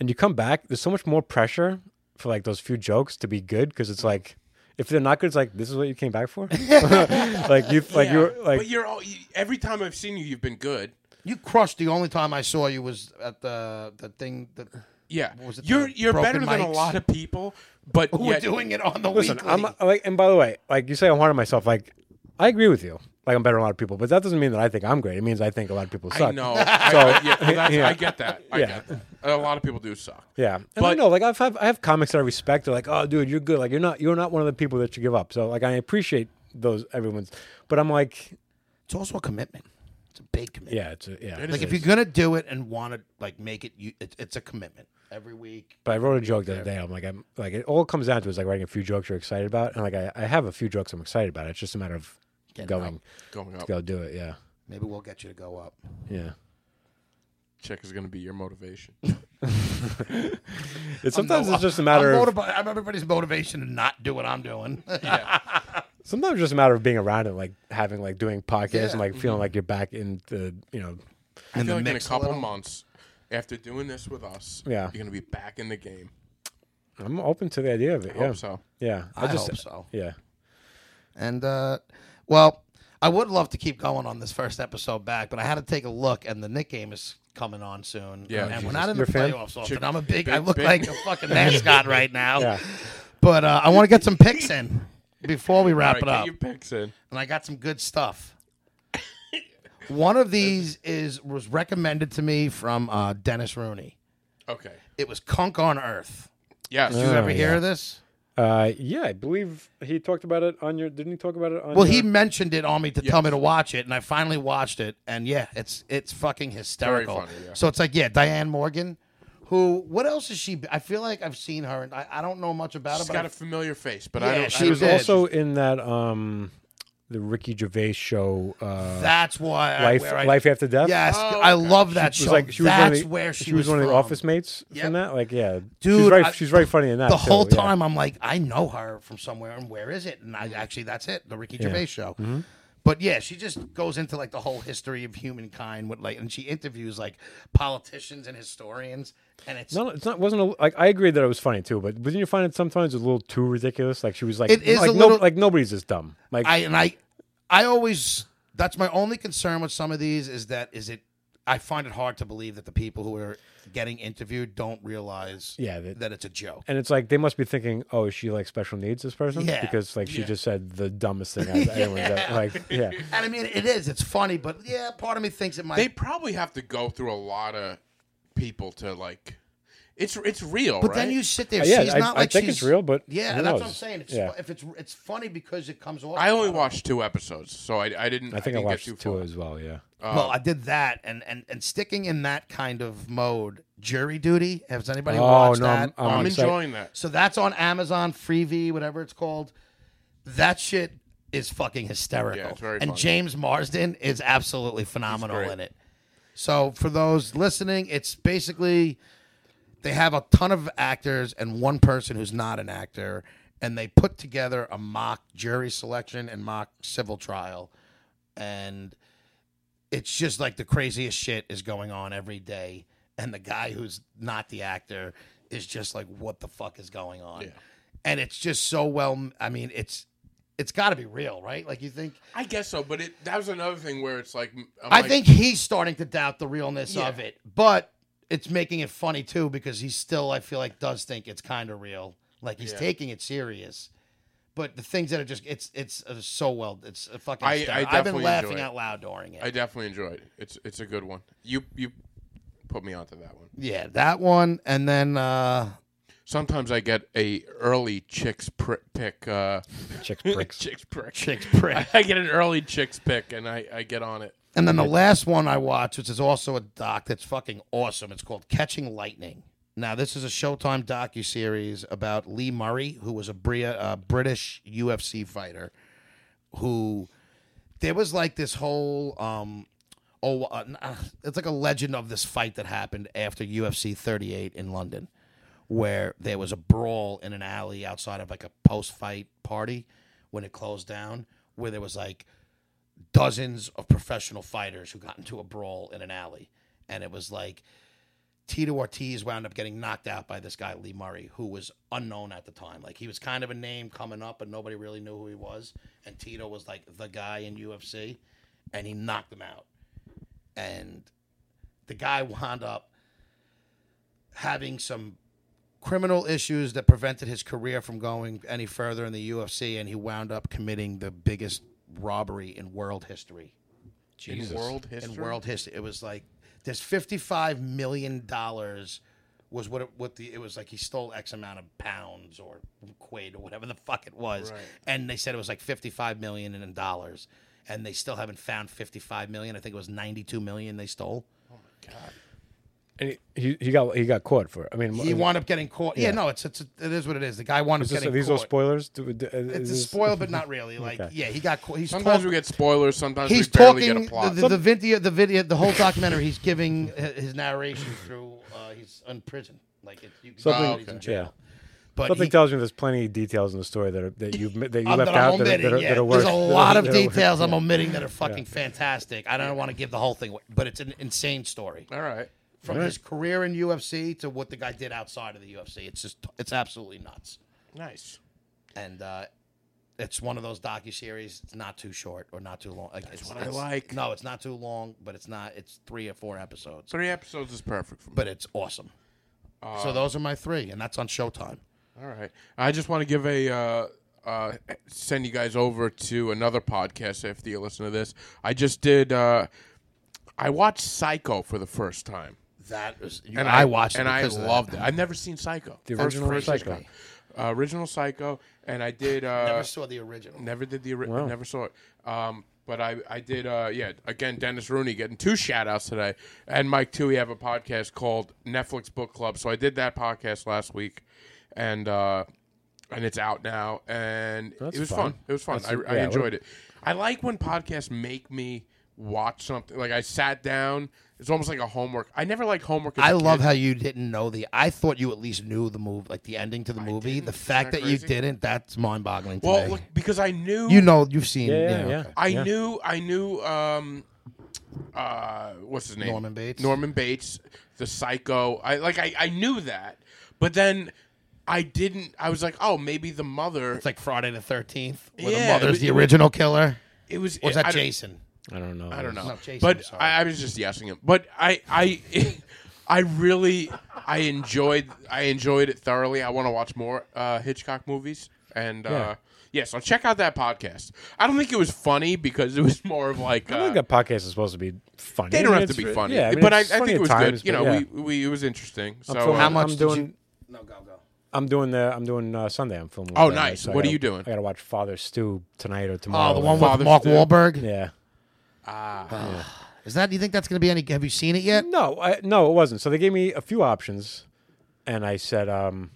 S4: and you come back, there's so much more pressure for like those few jokes to be good because it's like if they're not good, it's like this is what you came back for. like you like you're like
S2: but you're all, you, every time I've seen you, you've been good.
S3: You crushed. The only time I saw you was at the the thing that
S2: Yeah,
S3: was it,
S2: you're
S3: the
S2: you're
S3: broken
S2: better than a
S3: mics?
S2: lot of people, but
S3: who were
S2: yet-
S3: doing it on the
S4: Listen,
S3: weekly.
S4: I'm like, and by the way, like you say, I'm hard on myself. Like, I agree with you. Like, I'm better than a lot of people, but that doesn't mean that I think I'm great. It means I think a lot of people suck.
S2: I know. I, I- yeah, well, that's,
S4: yeah.
S2: I get that. I
S4: Yeah.
S2: get that. A lot of people do suck.
S4: Yeah, and I
S2: But-
S4: know, like I've have, I have comics that I respect. They're like, oh, dude, you're good. Like, you're not you're not one of the people that you give up. So, like, I appreciate those everyone's, but I'm like,
S3: it's also a commitment. It's a big commitment.
S4: yeah, it's a, yeah.
S3: Like if you're gonna do it and want to like make it, you it, it's a commitment every week.
S4: But I wrote a joke the other day. I'm like, I'm like, it all comes down to is like writing a few jokes you're excited about, and like I, I have a few jokes I'm excited about. It's just a matter of going
S2: Going
S4: to
S2: up,
S4: go do it. Yeah,
S3: Maybe we'll get you to go up.
S4: yeah.
S2: check is going to be your motivation.
S4: It's sometimes
S3: No,
S4: it's just a
S3: I'm
S4: matter of
S3: motivi- I'm everybody's motivation to not do what I'm doing.
S4: sometimes it's just a matter of being around and like having like doing podcasts and like feeling like you're back in the you know
S2: I feel
S3: the
S2: like in a
S3: mix a
S2: couple
S3: little.
S2: months, after doing this with us,
S4: Yeah.
S2: you're going to be back in the game.
S4: I'm open to the idea of it.
S2: I
S4: yeah.
S2: hope so.
S4: Yeah.
S3: I,
S4: just
S3: hope so.
S4: yeah.
S3: And uh, well, I would love to keep going on this first episode back, but I had to take a look, and the Nick game is coming on soon.
S2: Yeah,
S3: and we're
S2: Jesus.
S3: not in
S4: You're
S3: the
S4: a fan?
S3: playoffs often. I'm a big, I
S2: big-
S3: look
S2: big-
S3: like a fucking mascot right now.
S4: Yeah.
S3: But uh, I want to get some picks in before we wrap
S2: All right,
S3: it
S2: get
S3: up,
S2: your picks in.
S3: and I got some good stuff. One of these is was recommended to me from uh, Dennis Rooney.
S2: Okay.
S3: It was Kunk on Earth.
S2: Yes.
S3: Did you ever
S4: Oh, yeah.
S3: hear of this?
S4: Uh, yeah, I believe he talked about it on your. Didn't he talk about it on?
S3: Well,
S4: your,
S3: he mentioned it on me to tell me to watch it, and I finally watched it, and yeah, it's it's fucking hysterical.
S2: funny, yeah.
S3: So it's like, yeah, Diane Morgan, who? What else is she? be- I feel like I've seen her, and I, I don't know much about
S2: She's
S3: her.
S2: got a
S3: but
S2: familiar face, but
S3: Yeah,
S2: I don't.
S3: she
S2: I don't
S4: was
S3: did.
S2: know.
S4: also in that um, the Ricky Gervais show. Uh,
S3: that's why I,
S4: life,
S3: where I,
S4: life after death.
S3: Yes,
S2: Oh,
S3: I love that
S4: She
S3: show.
S4: was like she was one of
S3: that's
S4: the-
S3: where she,
S4: was, one of the
S3: from.
S4: office mates
S3: Yep.
S4: from that. Like, yeah, she's
S3: Dude,
S4: very,
S3: I-
S4: she's very funny in that.
S3: The
S4: too,
S3: whole
S4: yeah.
S3: time, I'm like, I know her from somewhere, and where is it? And I actually, that's it, the Ricky Gervais show. But yeah, she just goes into like the whole history of humankind, with like, and she interviews like politicians and historians, and it's
S4: No, no, it's not. Wasn't a, like I agree that it was funny too, but didn't you find it sometimes a little too ridiculous? Like she was like,
S3: It is
S4: like,
S3: a little-
S4: like nobody's this dumb. Like
S3: I and I, I always that's my only concern with some of these is that is it. I find it hard to believe that the people who are getting interviewed don't realize
S4: Yeah, that-
S3: that it's a joke.
S4: And it's like they must be thinking, oh, is she like special needs this person?
S3: Yeah.
S4: Because like she just said the dumbest thing I've anyone's ever like yeah.
S3: And I mean, it is. It's funny, but yeah, part of me thinks it might.
S2: They probably have to go through a lot of people to like. It's it's real,
S3: but
S2: right?
S3: then you sit there.
S4: Uh, yeah,
S3: she's
S4: I,
S3: not
S4: I
S3: like
S4: think
S3: she's,
S4: it's real, but
S3: Yeah,
S4: who
S3: that's what
S4: knows?
S3: I'm saying. It's
S4: yeah.
S3: fu- if it's it's funny because it comes off.
S2: I only watched two episodes, so I, I didn't.
S4: I think I,
S2: didn't
S4: watched
S2: get too
S4: two
S2: far.
S4: as well, yeah.
S3: well, I did that, and and and sticking in that kind of mode, jury duty. Has anybody
S4: Oh
S3: watched
S4: no,
S3: that?
S4: I'm, I'm
S2: I'm
S4: excited.
S2: enjoying that.
S3: So that's on Amazon Freevee, whatever it's called. That shit is fucking hysterical.
S2: Yeah, it's very
S3: and
S2: funny.
S3: James Marsden is absolutely phenomenal
S2: great.
S3: in it. So for those listening, it's basically they have a ton of actors and one person who's not an actor, and they put together a mock jury selection and mock civil trial, and it's just like the craziest shit is going on every day and the guy who's not the actor is just like what the fuck is going on and it's just so well i mean it's it's got to be real right like you think
S2: I guess so, but it that was another thing where it's like I'm
S3: i
S2: like,
S3: think he's starting to doubt the realness of
S2: Yeah.
S3: it but it's making it funny too because he still i feel like does think it's kind of real like he's taking it serious but the things that are just it's it's uh, so well it's a fucking
S2: I- I
S3: hysterical. i've been
S2: definitely
S3: laughing
S2: enjoy it.
S3: out loud during it
S2: I definitely enjoyed it. It's it's a good one. You you put me onto that one.
S3: yeah that one and then uh
S2: sometimes I get a early chicks pri pick. Uh,
S4: Chicks pricks.
S2: chicks prick.
S3: Chicks prick.
S2: I get an early chicks pick, and I, I get on it.
S3: And then the last one I watched, which is also a doc that's fucking awesome. It's called Catching Lightning. Now, this is a Showtime docu series about Lee Murray, who was a Bri- uh, British UFC fighter, who there was like this whole um, oh, uh, n- uh, it's like a legend of this fight that happened after UFC 38 in London, where there was a brawl in an alley outside of like a post-fight party when it closed down, where there was like dozens of professional fighters who got into a brawl in an alley. And it was like Tito Ortiz wound up getting knocked out by this guy, Lee Murray, who was unknown at the time. Like he was kind of a name coming up, but nobody really knew who he was. And Tito was like the guy in UFC, and he knocked him out. And the guy wound up having some criminal issues that prevented his career from going any further in the UFC, and he wound up committing the biggest robbery in world history.
S2: In world history.
S3: In world history, it was like there's 55 million dollars was what it, what the it was like he stole X amount of pounds or quid or whatever the fuck it was, and they said it was like 55 million in dollars, and they still haven't found 55 million. I think it was 92 million they stole.
S4: And he- he, he got he got caught for it. I mean,
S3: He wound up getting caught. Yeah, no, it's, it's it is what it is. The guy wound up
S4: is this,
S3: getting
S4: are these
S3: caught.
S4: all spoilers? Do, do,
S3: It's
S4: is
S3: a
S4: this-
S3: spoil, but not really. Like, yeah, he got. qu- He's
S2: Sometimes
S3: talk-
S2: we get spoilers. Sometimes
S3: he's
S2: we barely
S3: talking
S2: get a plot.
S3: The, the, the video, the video, the whole documentary. he's giving hi- his narration through. Uh, he's in prison. Like, it's you can
S4: Something-
S3: tell he's in
S4: okay.
S3: jail.
S4: yeah.
S3: Oh, But
S4: Something
S3: he,
S4: tells me there's plenty of details in the story that are, that you that you
S3: I'm-
S4: left
S3: that I'm
S4: out that are, that
S3: omitting,
S4: are,
S3: yeah.
S4: that are worse.
S3: There's a
S4: that are-
S3: lot of
S4: that are worse.
S3: details I'm omitting that are fucking fantastic. I don't want to give the whole thing, away, but it's an insane story.
S2: All right.
S3: From his career in UFC to what the guy did outside of the UFC, it's just it's absolutely nuts.
S2: Nice.
S3: and uh, it's one of those docu series. It's not too short or not too long. Like, it's,
S2: what I
S3: it's-
S2: like.
S3: No, it's not too long, but it's not. It's three or four episodes,
S2: Three episodes is perfect for me.
S3: but it's awesome.
S2: Uh,
S3: so those are my three, and that's on Showtime.
S2: All right. I just want to give a uh, uh, send you guys over to another podcast after you listen to this. I just did. Uh, I watched Psycho for the first time,
S3: That was you,
S2: and
S3: I, watched it
S2: and I
S3: because of that.
S2: loved it. I've never seen Psycho.
S4: The
S2: First
S4: original
S2: Frank
S4: Psycho.
S2: Hitchcock. Uh, original Psycho, and I did. Uh,
S3: Never saw the original.
S2: Never did the original. Never saw it. Um, but I, I did. Uh, yeah, again, Dennis Rooney getting two shout outs today, and Mike too. We have a podcast called Netflix Book Club. So I did that podcast last week, and uh, and it's out now, and it was fun.
S4: fun.
S2: It was fun. I, I
S4: yeah, what a-
S2: enjoyed it. I like when podcasts make me watch something. Like I sat down. It's almost like a homework. I never like homework. as
S3: I
S2: a
S3: love
S2: kid.
S3: how you didn't know the. I thought you at least knew the move, like the ending to the movie. The fact
S2: that
S3: that, you
S2: crazy?
S3: didn't, that's mind boggling.
S2: Well, look, because I knew
S3: you know, you've seen.
S4: Yeah, yeah,
S3: you know,
S4: yeah.
S3: okay.
S2: I knew I knew um uh what's his name?
S3: Norman Bates.
S2: Norman Bates, the psycho. I like I, I knew that. But then I didn't I was like, oh maybe the mother
S3: It's like Friday the Thirteenth, where
S2: Yeah,
S3: the mother's
S2: but-
S3: the original killer.
S2: it was
S3: Or is
S2: I
S3: that
S2: don't-
S3: Jason?
S4: I don't know.
S2: I don't know.
S3: No, Jason, I'm
S2: but
S3: sorry.
S2: I, I was just yesing him. But I I I really I enjoyed I enjoyed it thoroughly. I want to watch more uh, Hitchcock movies and uh yeah, so check out that podcast. I don't think it was funny because it was more of like
S4: I
S2: uh,
S4: think that podcast is supposed to be funny.
S2: They
S4: I
S2: don't
S4: mean,
S2: have to
S4: it's-
S2: be funny.
S4: Yeah, mean,
S2: but I, I
S4: it's
S2: think
S4: funny
S2: it
S4: at
S2: was
S4: times,
S2: good. You
S4: but
S2: know,
S4: yeah.
S2: we, we it was interesting. So
S4: filming-
S2: uh,
S3: How much
S4: I'm
S3: did
S4: doing-
S3: you? No, go go.
S4: I'm doing the I'm doing uh, Sunday. I'm filming.
S2: Oh,
S4: with, uh,
S2: nice.
S4: I
S2: What are
S4: gotta-
S2: you doing?
S4: I gotta watch Father Stew tonight or tomorrow.
S3: Oh, the one with
S2: Father
S3: Mark
S2: Stew.
S3: Wahlberg.
S4: Yeah.
S3: Is that? Do you think that's going to be any? Have you seen it yet?
S4: No, I, no, it wasn't. So they gave me a few options, and I said, um,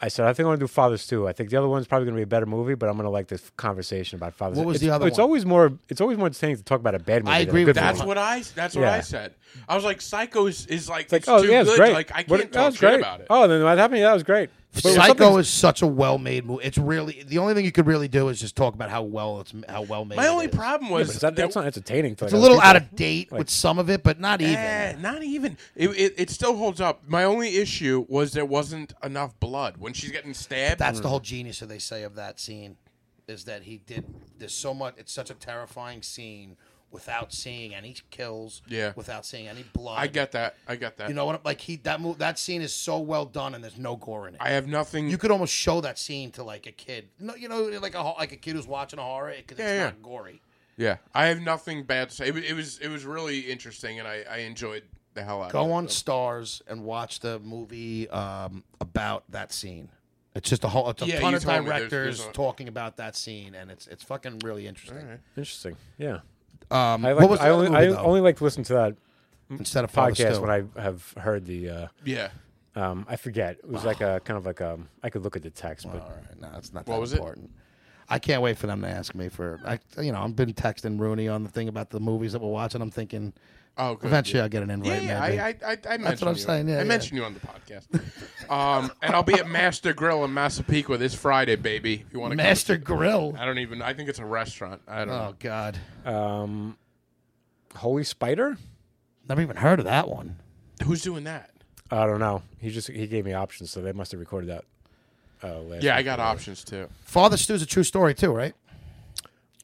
S4: I said I think I want to do Father Stew. I think the other one's probably going to be a better movie, but I'm going to like this conversation about Father.
S3: What
S4: Stew.
S3: was
S4: it's,
S3: the other
S4: It's
S3: one?
S4: always more. It's always more entertaining to talk about a bad movie.
S3: I
S4: than a
S3: agree
S4: good
S3: with that
S4: movie.
S2: that's what I that's what
S4: Yeah.
S2: I said. I was like, Psycho is, is like
S4: It's like,
S2: it's
S4: oh
S2: too
S4: yeah, it's
S2: good.
S4: great.
S2: Like I can't
S4: What- that
S2: talk
S4: was
S2: shit
S4: great.
S2: about it.
S4: Oh, then that happened. Yeah, that was great. But when
S3: Psycho
S4: something's-
S3: is such a well-made movie. It's really the only thing you could really do is just talk about how well it's how well made.
S2: My only
S3: it is.
S2: problem
S4: Yeah,
S2: was
S4: but it's not- that's not entertaining. For
S3: It's a little out of date with some of it, but not even.
S2: Eh, not even. It, it, it still holds up. My only issue was there wasn't enough blood when she's getting stabbed.
S3: That's the whole genius that they say of that scene, is that he did. There's so much. It's such a terrifying scene without seeing any kills.
S2: Yeah.
S3: Without seeing any blood.
S2: I get that. I get that.
S3: You know what? I'm- Like he that move that scene is so well done, and there's no gore in it.
S2: I have nothing.
S3: you could almost show that scene to like a kid. No, you know, like a ho- like a kid who's watching a horror because
S2: Yeah,
S3: it's
S2: yeah.
S3: not gory.
S2: yeah, I have nothing bad to say. It, wa- it was it was really interesting, and I, I enjoyed the hell out of
S3: Go
S2: it.
S3: on Stars and watch the movie um, about that scene. It's just a whole it's a
S2: Yeah,
S3: ton
S2: you
S3: of
S2: told me there's-
S3: directors
S2: there's a-
S3: talking about that scene, and it's it's fucking really interesting.
S4: Interesting. Yeah.
S3: Um,
S4: I,
S3: what
S4: like,
S3: was the
S4: I,
S3: other
S4: only,
S3: movie,
S4: I
S3: though? Oh,
S4: only like to listen to that
S3: instead of Father
S4: podcast
S3: Stew?
S4: when I have heard the. Uh,
S2: Yeah.
S4: um, I forget. It was like a kind of like um, I could look at the text, but
S3: All right, no, it's not
S2: What
S3: that
S2: was it?
S3: important. I can't wait for them to ask me for. I, you know, I've been texting Rooney on the thing about the movies that we're watching. I'm thinking
S2: Oh, good.
S3: eventually I'll get an invite.
S2: Yeah, yeah,
S3: maybe.
S2: I, I, I, I mentioned
S3: what I'm
S2: you.
S3: saying, yeah,
S2: I
S3: yeah.
S2: mentioned you on the podcast. um, and I'll be at Master Grill in Massapequa this Friday, baby. If you want to,
S3: Master Grill.
S2: I don't even. I think it's a restaurant. I don't
S3: Oh
S2: know.
S3: God,
S4: um, Holy Spider.
S3: never even heard of that one.
S2: Who's doing that?
S4: I don't know. He just he gave me options, so they must have recorded that. Uh, last
S2: Yeah, I
S4: week.
S2: got options too.
S3: Father Stew's a true story too, right?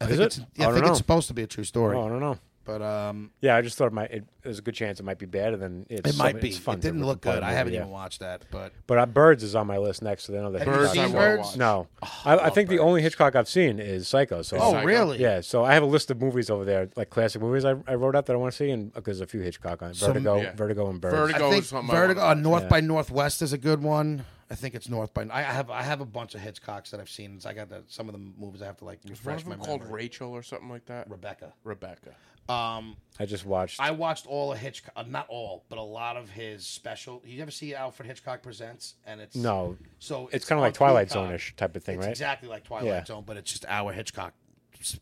S3: I
S4: Is
S3: think
S4: it?
S3: it's yeah,
S4: I
S3: I,
S4: don't
S3: think
S4: know.
S3: it's supposed to be a true story.
S4: Oh, I don't know.
S3: But um,
S4: Yeah, I just thought it might. It, there's a good chance it might be bad, and then it's
S3: it might
S4: some-
S3: be.
S4: It's fun
S3: It
S4: to
S3: didn't look
S4: play
S3: good. I
S4: movie,
S3: haven't
S4: yeah.
S3: even watched that. But
S4: But uh, Birds is on my list next, so they know that
S3: Have you
S4: Hitchcock-
S2: Birds, I
S3: seen
S2: wanna
S3: Birds?
S2: watch.
S4: No, I, I think the only Hitchcock I've seen is Psycho. So
S3: oh,
S2: Psycho.
S3: really?
S4: Yeah, so I have a list of movies over there, like classic movies I, I wrote out that I want to see, and there's a few Hitchcock on it. Vertigo,
S2: yeah.
S4: Vertigo, and Birds.
S2: Vertigo.
S3: I think
S2: is on my
S3: Vertigo.
S2: one.
S3: Uh, North
S4: Yeah.
S3: by Northwest is a good one. I think it's North by. I have I have a bunch of Hitchcocks that I've seen. It's- I got the, some of the movies I have to like
S2: One of
S3: refresh my
S2: them called
S3: memory.
S2: Rachel or something like that.
S3: Rebecca.
S2: Rebecca.
S3: Um,
S4: I just watched.
S3: I watched all of Hitchcock, uh, not all, but a lot of his special. You ever see Alfred Hitchcock Presents? And it's
S4: no,
S3: So
S4: it's kind of like Twilight Zone
S3: ish
S4: ish type of thing,
S3: it's
S4: right?
S3: Exactly like Twilight
S4: Yeah.
S3: Zone, but it's just our Hitchcock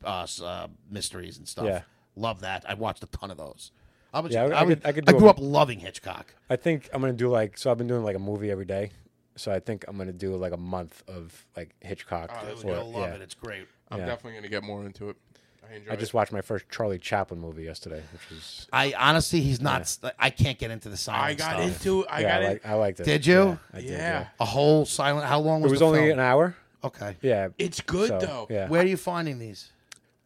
S3: uh, s- uh, mysteries and stuff.
S4: Yeah.
S3: Love that. I watched a ton of those. I was,
S4: Yeah, I- I
S3: I, was-
S4: could- I could
S3: I
S4: do
S3: grew
S4: a-
S3: up loving Hitchcock.
S4: I think I'm gonna do like so. I've been doing like a movie every day, so I think I'm gonna do like a month of like Hitchcock.
S3: I was
S4: or-
S3: gonna love
S4: yeah.
S3: Oh, it. It's great.
S2: I'm
S4: Yeah.
S2: definitely gonna get more into it. I enjoy.
S4: I just watched my first Charlie Chaplin movie yesterday, which is
S3: I honestly, he's not. I can't get into the
S2: It.
S3: silent.
S2: I got
S3: stuff.
S2: into. it. I
S4: yeah,
S2: got
S4: I,
S2: it.
S4: like, I liked it.
S3: Did you?
S4: Yeah, I did,
S2: yeah.
S4: yeah.
S3: a whole silent. How long
S4: It
S3: was
S4: was
S3: the
S4: only
S3: film?
S4: an hour.
S3: Okay.
S4: Yeah,
S2: It's good
S4: so,
S2: though.
S4: Yeah,
S3: Where are you finding these?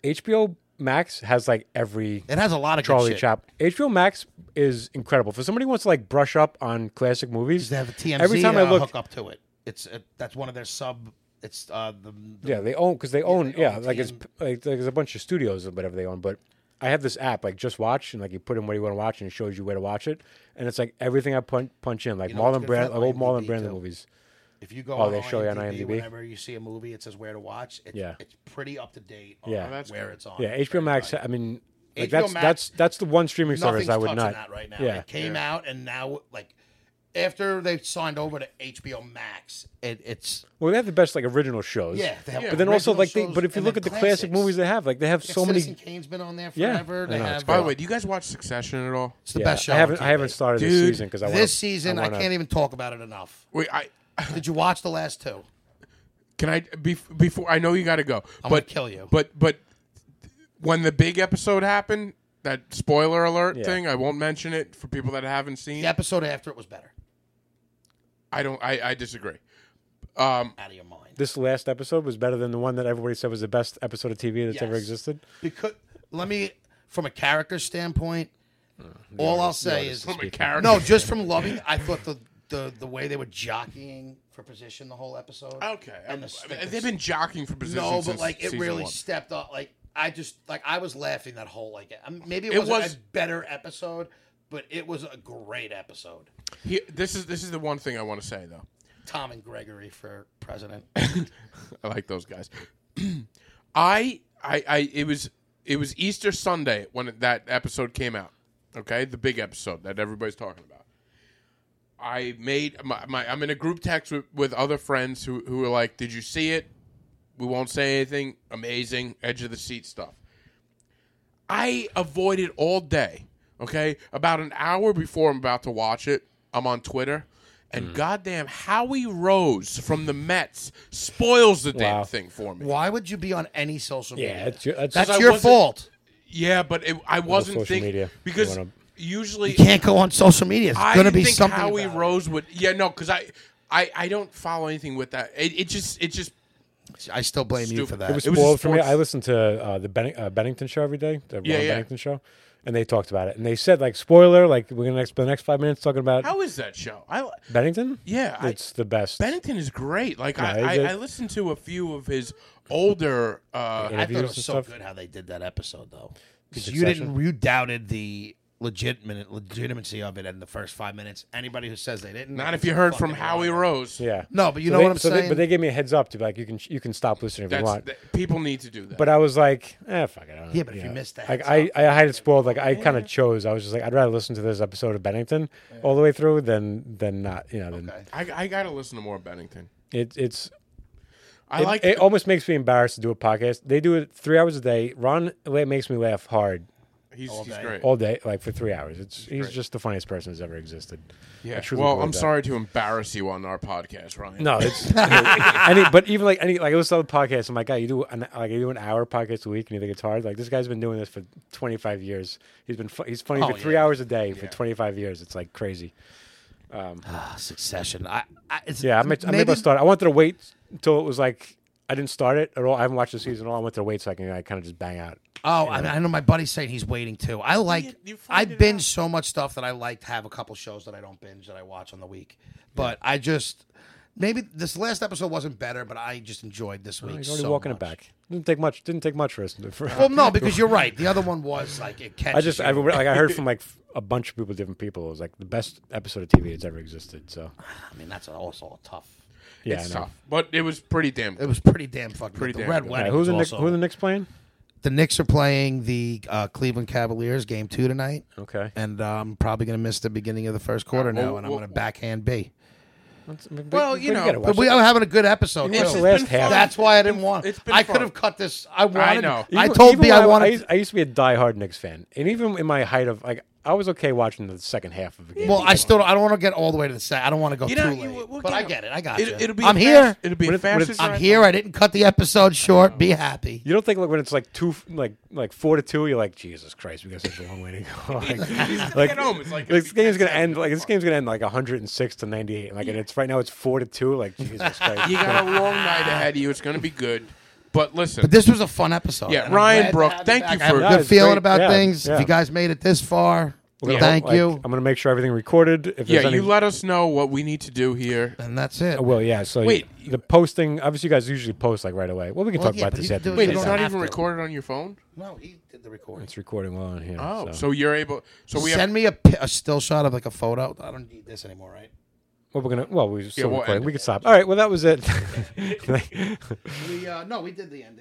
S4: HBO Max has like every
S3: It has a lot of
S4: Charlie
S3: good shit.
S4: Chap. HBO Max is incredible. For somebody who wants to like brush up on classic movies,
S3: They have a TMZ
S4: every time I
S3: uh,
S4: look,
S3: hook up to it. It's uh, that's one of their sub. It's uh, the, the
S4: yeah, they own because they own
S3: they
S4: yeah,
S3: own
S4: like it's
S3: TM.
S4: like, like there's a bunch of studios or whatever they own. But I have this app like Just Watch, and like you put in what you want to watch, and it shows you where to watch it. And it's like everything I punch punch in, like
S3: know what's
S4: Marlon
S3: good
S4: Brand,
S3: for that?
S4: like old Marlon
S3: IMDb
S4: Brando
S3: too.
S4: movies.
S3: If you go
S4: Oh,
S3: on,
S4: they show you on IMDb?
S3: whenever you see a movie, it says where to watch. It's,
S4: Yeah.
S3: it's pretty up to date on
S4: Yeah. Oh,
S2: that's
S3: where
S2: good.
S3: it's on.
S4: Yeah, HBO Max. I mean, like
S3: HBO
S4: that's
S3: Max-
S4: that's that's the one streaming service
S3: Nothing's
S4: I would
S3: touching
S4: not.
S3: that right now.
S4: Yeah.
S3: It came out, and now like after they've signed over to HBO Max, it, it's
S4: Well, they have the best like original shows.
S3: yeah. They have
S4: But then also
S3: original
S4: like they,
S3: shows
S4: but if you
S3: and
S4: look
S3: then
S4: at the classic
S3: classics.
S4: movies they have, like they have
S3: Like,
S4: so many.
S3: Citizen Kane's been on there
S4: Yeah.
S3: forever.
S4: I
S3: They
S4: know, it's
S3: have,
S2: By the
S3: uh,
S2: way, do you guys watch Succession at all?
S3: it's the
S4: Yeah,
S3: best show.
S4: I
S3: on
S4: haven't I
S3: TV.
S4: haven't started this
S2: Dude,
S4: season because I wanna,
S3: This season, I,
S4: wanna-
S3: can't e- even talk about it enough.
S2: Wait, I
S3: Did you watch the last two?
S2: can I be, before I know you got to go. but
S3: I'm gonna kill you.
S2: But but when the big episode happened, that spoiler alert
S4: Yeah.
S2: thing, I won't mention it for people that haven't seen.
S3: The episode after it was better.
S2: I don't. I, I disagree. Um,
S3: Out of your mind.
S4: This last episode was better than the one that everybody said was the best episode of TV that's ever
S3: Yes.
S4: existed.
S3: because let me from a character standpoint all i'll say is
S2: from a character.
S3: no just from loving i thought the, the the way they were jockeying for position the whole episode
S2: Okay.
S3: and the,
S2: I-
S3: the-
S2: they've been jockeying for positions.
S3: no but
S2: since
S3: like it
S2: season
S3: really
S2: one.
S3: stepped up like i just like i was laughing that whole like I mean, maybe it,
S2: It
S3: wasn't
S2: was-
S3: a better episode but it was a great episode
S2: He- this is this is the one thing I want to say though.
S3: tom and gregory for president
S2: I like those guys. I, I, I, it was, it was Easter Sunday when that episode came out. Okay, the big episode that everybody's talking about. I made my, my I'm in a group text with, with other friends who who are like, "Did you see it? We won't say anything. Amazing, edge of the seat stuff." I avoided all day. Okay, about an hour before I'm about to watch it, I'm on Twitter, and goddamn, Howie Rose from the Mets spoils the damn
S4: Wow.
S2: thing for me.
S3: why would you be on any social media
S4: Yeah, it's your- that's-
S3: that's
S4: I
S3: your
S2: wasn't-
S3: fault
S2: Yeah, but it, I wasn't
S4: social
S2: thinking
S4: media.
S2: because
S4: You wanna-
S2: usually
S3: you can't go on social media it's
S2: I
S3: going to
S2: didn't
S3: be
S2: think
S3: something
S2: Howie
S3: about it.
S2: Rose would. Yeah, no, because I, I, I don't follow anything with that. It, it just, it just.
S3: I still blame you for
S2: Stupid.
S3: that.
S4: It was
S2: It was a
S4: spoiled for me.
S2: sports-
S4: I listened to uh, the Benning- uh, Bennington show every day, the
S2: Yeah,
S4: Ron
S2: yeah.
S4: Bennington show, and they talked about it. And they said like spoiler, like we're gonna next, the next five minutes talking about
S2: How is that show? I
S4: Bennington.
S2: yeah, I-
S4: it's the best.
S2: Bennington is great. Like
S4: Yeah,
S2: I,
S4: he's
S2: I,
S4: a-
S2: I listened to a few of his older. Uh,
S3: I thought it
S4: interviews
S3: was
S4: and
S3: so
S4: stuff.
S3: good how they did that episode though. Because
S4: The
S3: you
S4: Succession?
S3: didn't, you doubted the legitimate legitimacy of it in the first five minutes. Anybody who says they didn't,
S6: Not if you heard from Howie Rose.
S4: Yeah.
S3: No, but you
S4: So
S3: know
S4: they-
S3: what I'm
S4: so they-
S3: saying.
S4: but they gave me a heads up to be like you can you can stop listening if you
S6: That's
S4: want.
S6: that, people need to do that.
S4: but I was like, eh, fuck it. I don't,
S3: Yeah, but if you missed the
S4: like I,
S3: heads
S4: I had it spoiled. Like I kind of chose. I was just like, I'd rather listen to this episode of Bennington all the way through than than not. You know, than
S3: Okay.
S6: I, I gotta listen to more Bennington.
S4: it, it's
S6: I
S4: it,
S6: like
S4: it almost makes me embarrassed to do a podcast. They do it three hours a day. Ron la- makes me laugh hard
S6: he's, he's great.
S4: all day, like for three hours. It's he's just the funniest person that's ever existed. I
S6: yeah.
S4: truly
S6: Well,
S4: believe
S6: I'm
S4: that.
S6: sorry to embarrass you on our podcast, Ryan.
S4: No, it's any, but even like any like I listen to the podcast. I'm like, God, you do an, like you do an hour podcast a week, and you think it's hard. Like this guy's been doing this for 25 years. He's been fu- he's
S3: Oh,
S4: funny for three hours a day for 25 years. It's like crazy.
S3: Ah, Succession. I, I it's,
S4: Yeah, I may, I may
S3: maybe-
S4: have start. I wanted to wait until it was like I didn't start it at all. I haven't watched the
S3: Mm.
S4: season at all. I wanted to wait so I can like, kind of just bang out.
S3: Oh, I, mean, I know my buddy's saying he's waiting too. I like
S6: you
S3: I
S6: find it
S3: binge so much stuff that I like to have a couple shows that I don't binge that I watch on the week. But I just maybe this last episode wasn't better, but I just enjoyed this week.
S4: Oh, He's already
S3: so
S4: walking
S3: much.
S4: it back. Didn't take much. Didn't take much for us. For,
S3: Well, no, because you're right. The other one was like it catches.
S4: I just
S3: you.
S4: I, like I heard from like a bunch of people, different people. It was like the best episode of TV that's ever existed. So
S3: I mean that's also a tough.
S4: yeah,
S6: it's
S4: I know.
S6: tough, but it was pretty damn.
S3: It
S6: Good.
S3: was pretty damn fucking.
S6: Pretty
S3: Pretty
S6: damn
S3: the red
S6: good.
S4: All
S3: wedding.
S4: right, who's the
S3: was
S4: Knicks,
S3: also-
S4: who are the Knicks playing?
S3: the Knicks are playing the uh, Cleveland Cavaliers game two tonight,
S4: Okay.
S3: and uh, I'm probably going to miss the beginning of the first quarter now,
S6: well,
S3: and I'm
S6: well-
S3: going to backhand B.
S6: Well, you know,
S3: But we are having a good episode.
S4: It's
S3: too.
S4: the last half.
S3: That's why I didn't want.
S6: It's been
S3: I
S6: fun.
S3: could have cut this. I wanted. I
S6: know.
S3: I told
S4: me
S3: B I
S4: I,
S3: wanted.
S4: used- I used to be a diehard Knicks fan, and even in my height of like, I was okay watching the second half of the game.
S3: well, I still. Don't, I don't want to get all the way to the set. I don't want to go
S6: You
S3: too
S6: know,
S3: late.
S6: you- we'll
S3: but I
S6: up.
S3: get it. I got you.
S6: It, will be.
S3: I'm
S6: a
S3: here.
S6: fast- it'll be a Oh.
S4: What if- what if-
S6: fast.
S3: I'm here. I didn't cut the episode short. Be happy.
S4: you don't think like when it's like two, like like four to two, you're like, Jesus Christ, we got such a long way to go. like, like,
S6: Get home. It's like
S4: like, this game's gonna end like this game's gonna end like 106 to 98, and like and it's right now it's four to two. Like Jesus Christ,
S6: You got a long night ahead of you. It's gonna be good. But listen,
S3: But this was a fun episode.
S6: Yeah,
S3: and I'm
S6: Ryan
S3: glad to
S6: Brook,
S3: have
S6: thank
S3: back.
S6: you
S3: I have
S6: for-
S3: a
S4: Yeah,
S3: good
S4: it's
S3: feeling
S4: great.
S3: about
S4: Yeah,
S3: things.
S4: yeah.
S3: If you guys made it this far,
S4: We're gonna
S3: thank
S4: hope, like,
S3: you.
S4: I'm gonna make sure everything recorded. If
S6: yeah,
S4: there's
S6: you
S4: any,
S6: let us know what we need to do here.
S3: And that's it.
S4: Well, yeah. So
S6: Wait,
S4: the posting. Obviously, you guys usually post like right away. Well, we can
S3: Well,
S4: talk
S3: yeah,
S4: about
S3: but
S4: this
S3: you
S4: after.
S3: do
S4: we
S6: Wait,
S3: You
S4: get
S6: it's
S3: don't
S4: done.
S6: not
S3: have
S6: even
S3: to.
S6: recorded on your phone.
S3: No, he did the recording.
S4: It's recording well on here.
S6: Oh, so,
S4: so.
S6: you're able. So we have
S3: Send me a, pi- a still shot of like a photo. I don't need this anymore, right?
S4: Well, we're gonna. Well, we're still
S6: we'll
S4: recording.
S6: end it.
S4: We can stop. All right. Well, that was it.
S3: We uh, no, we did the ending.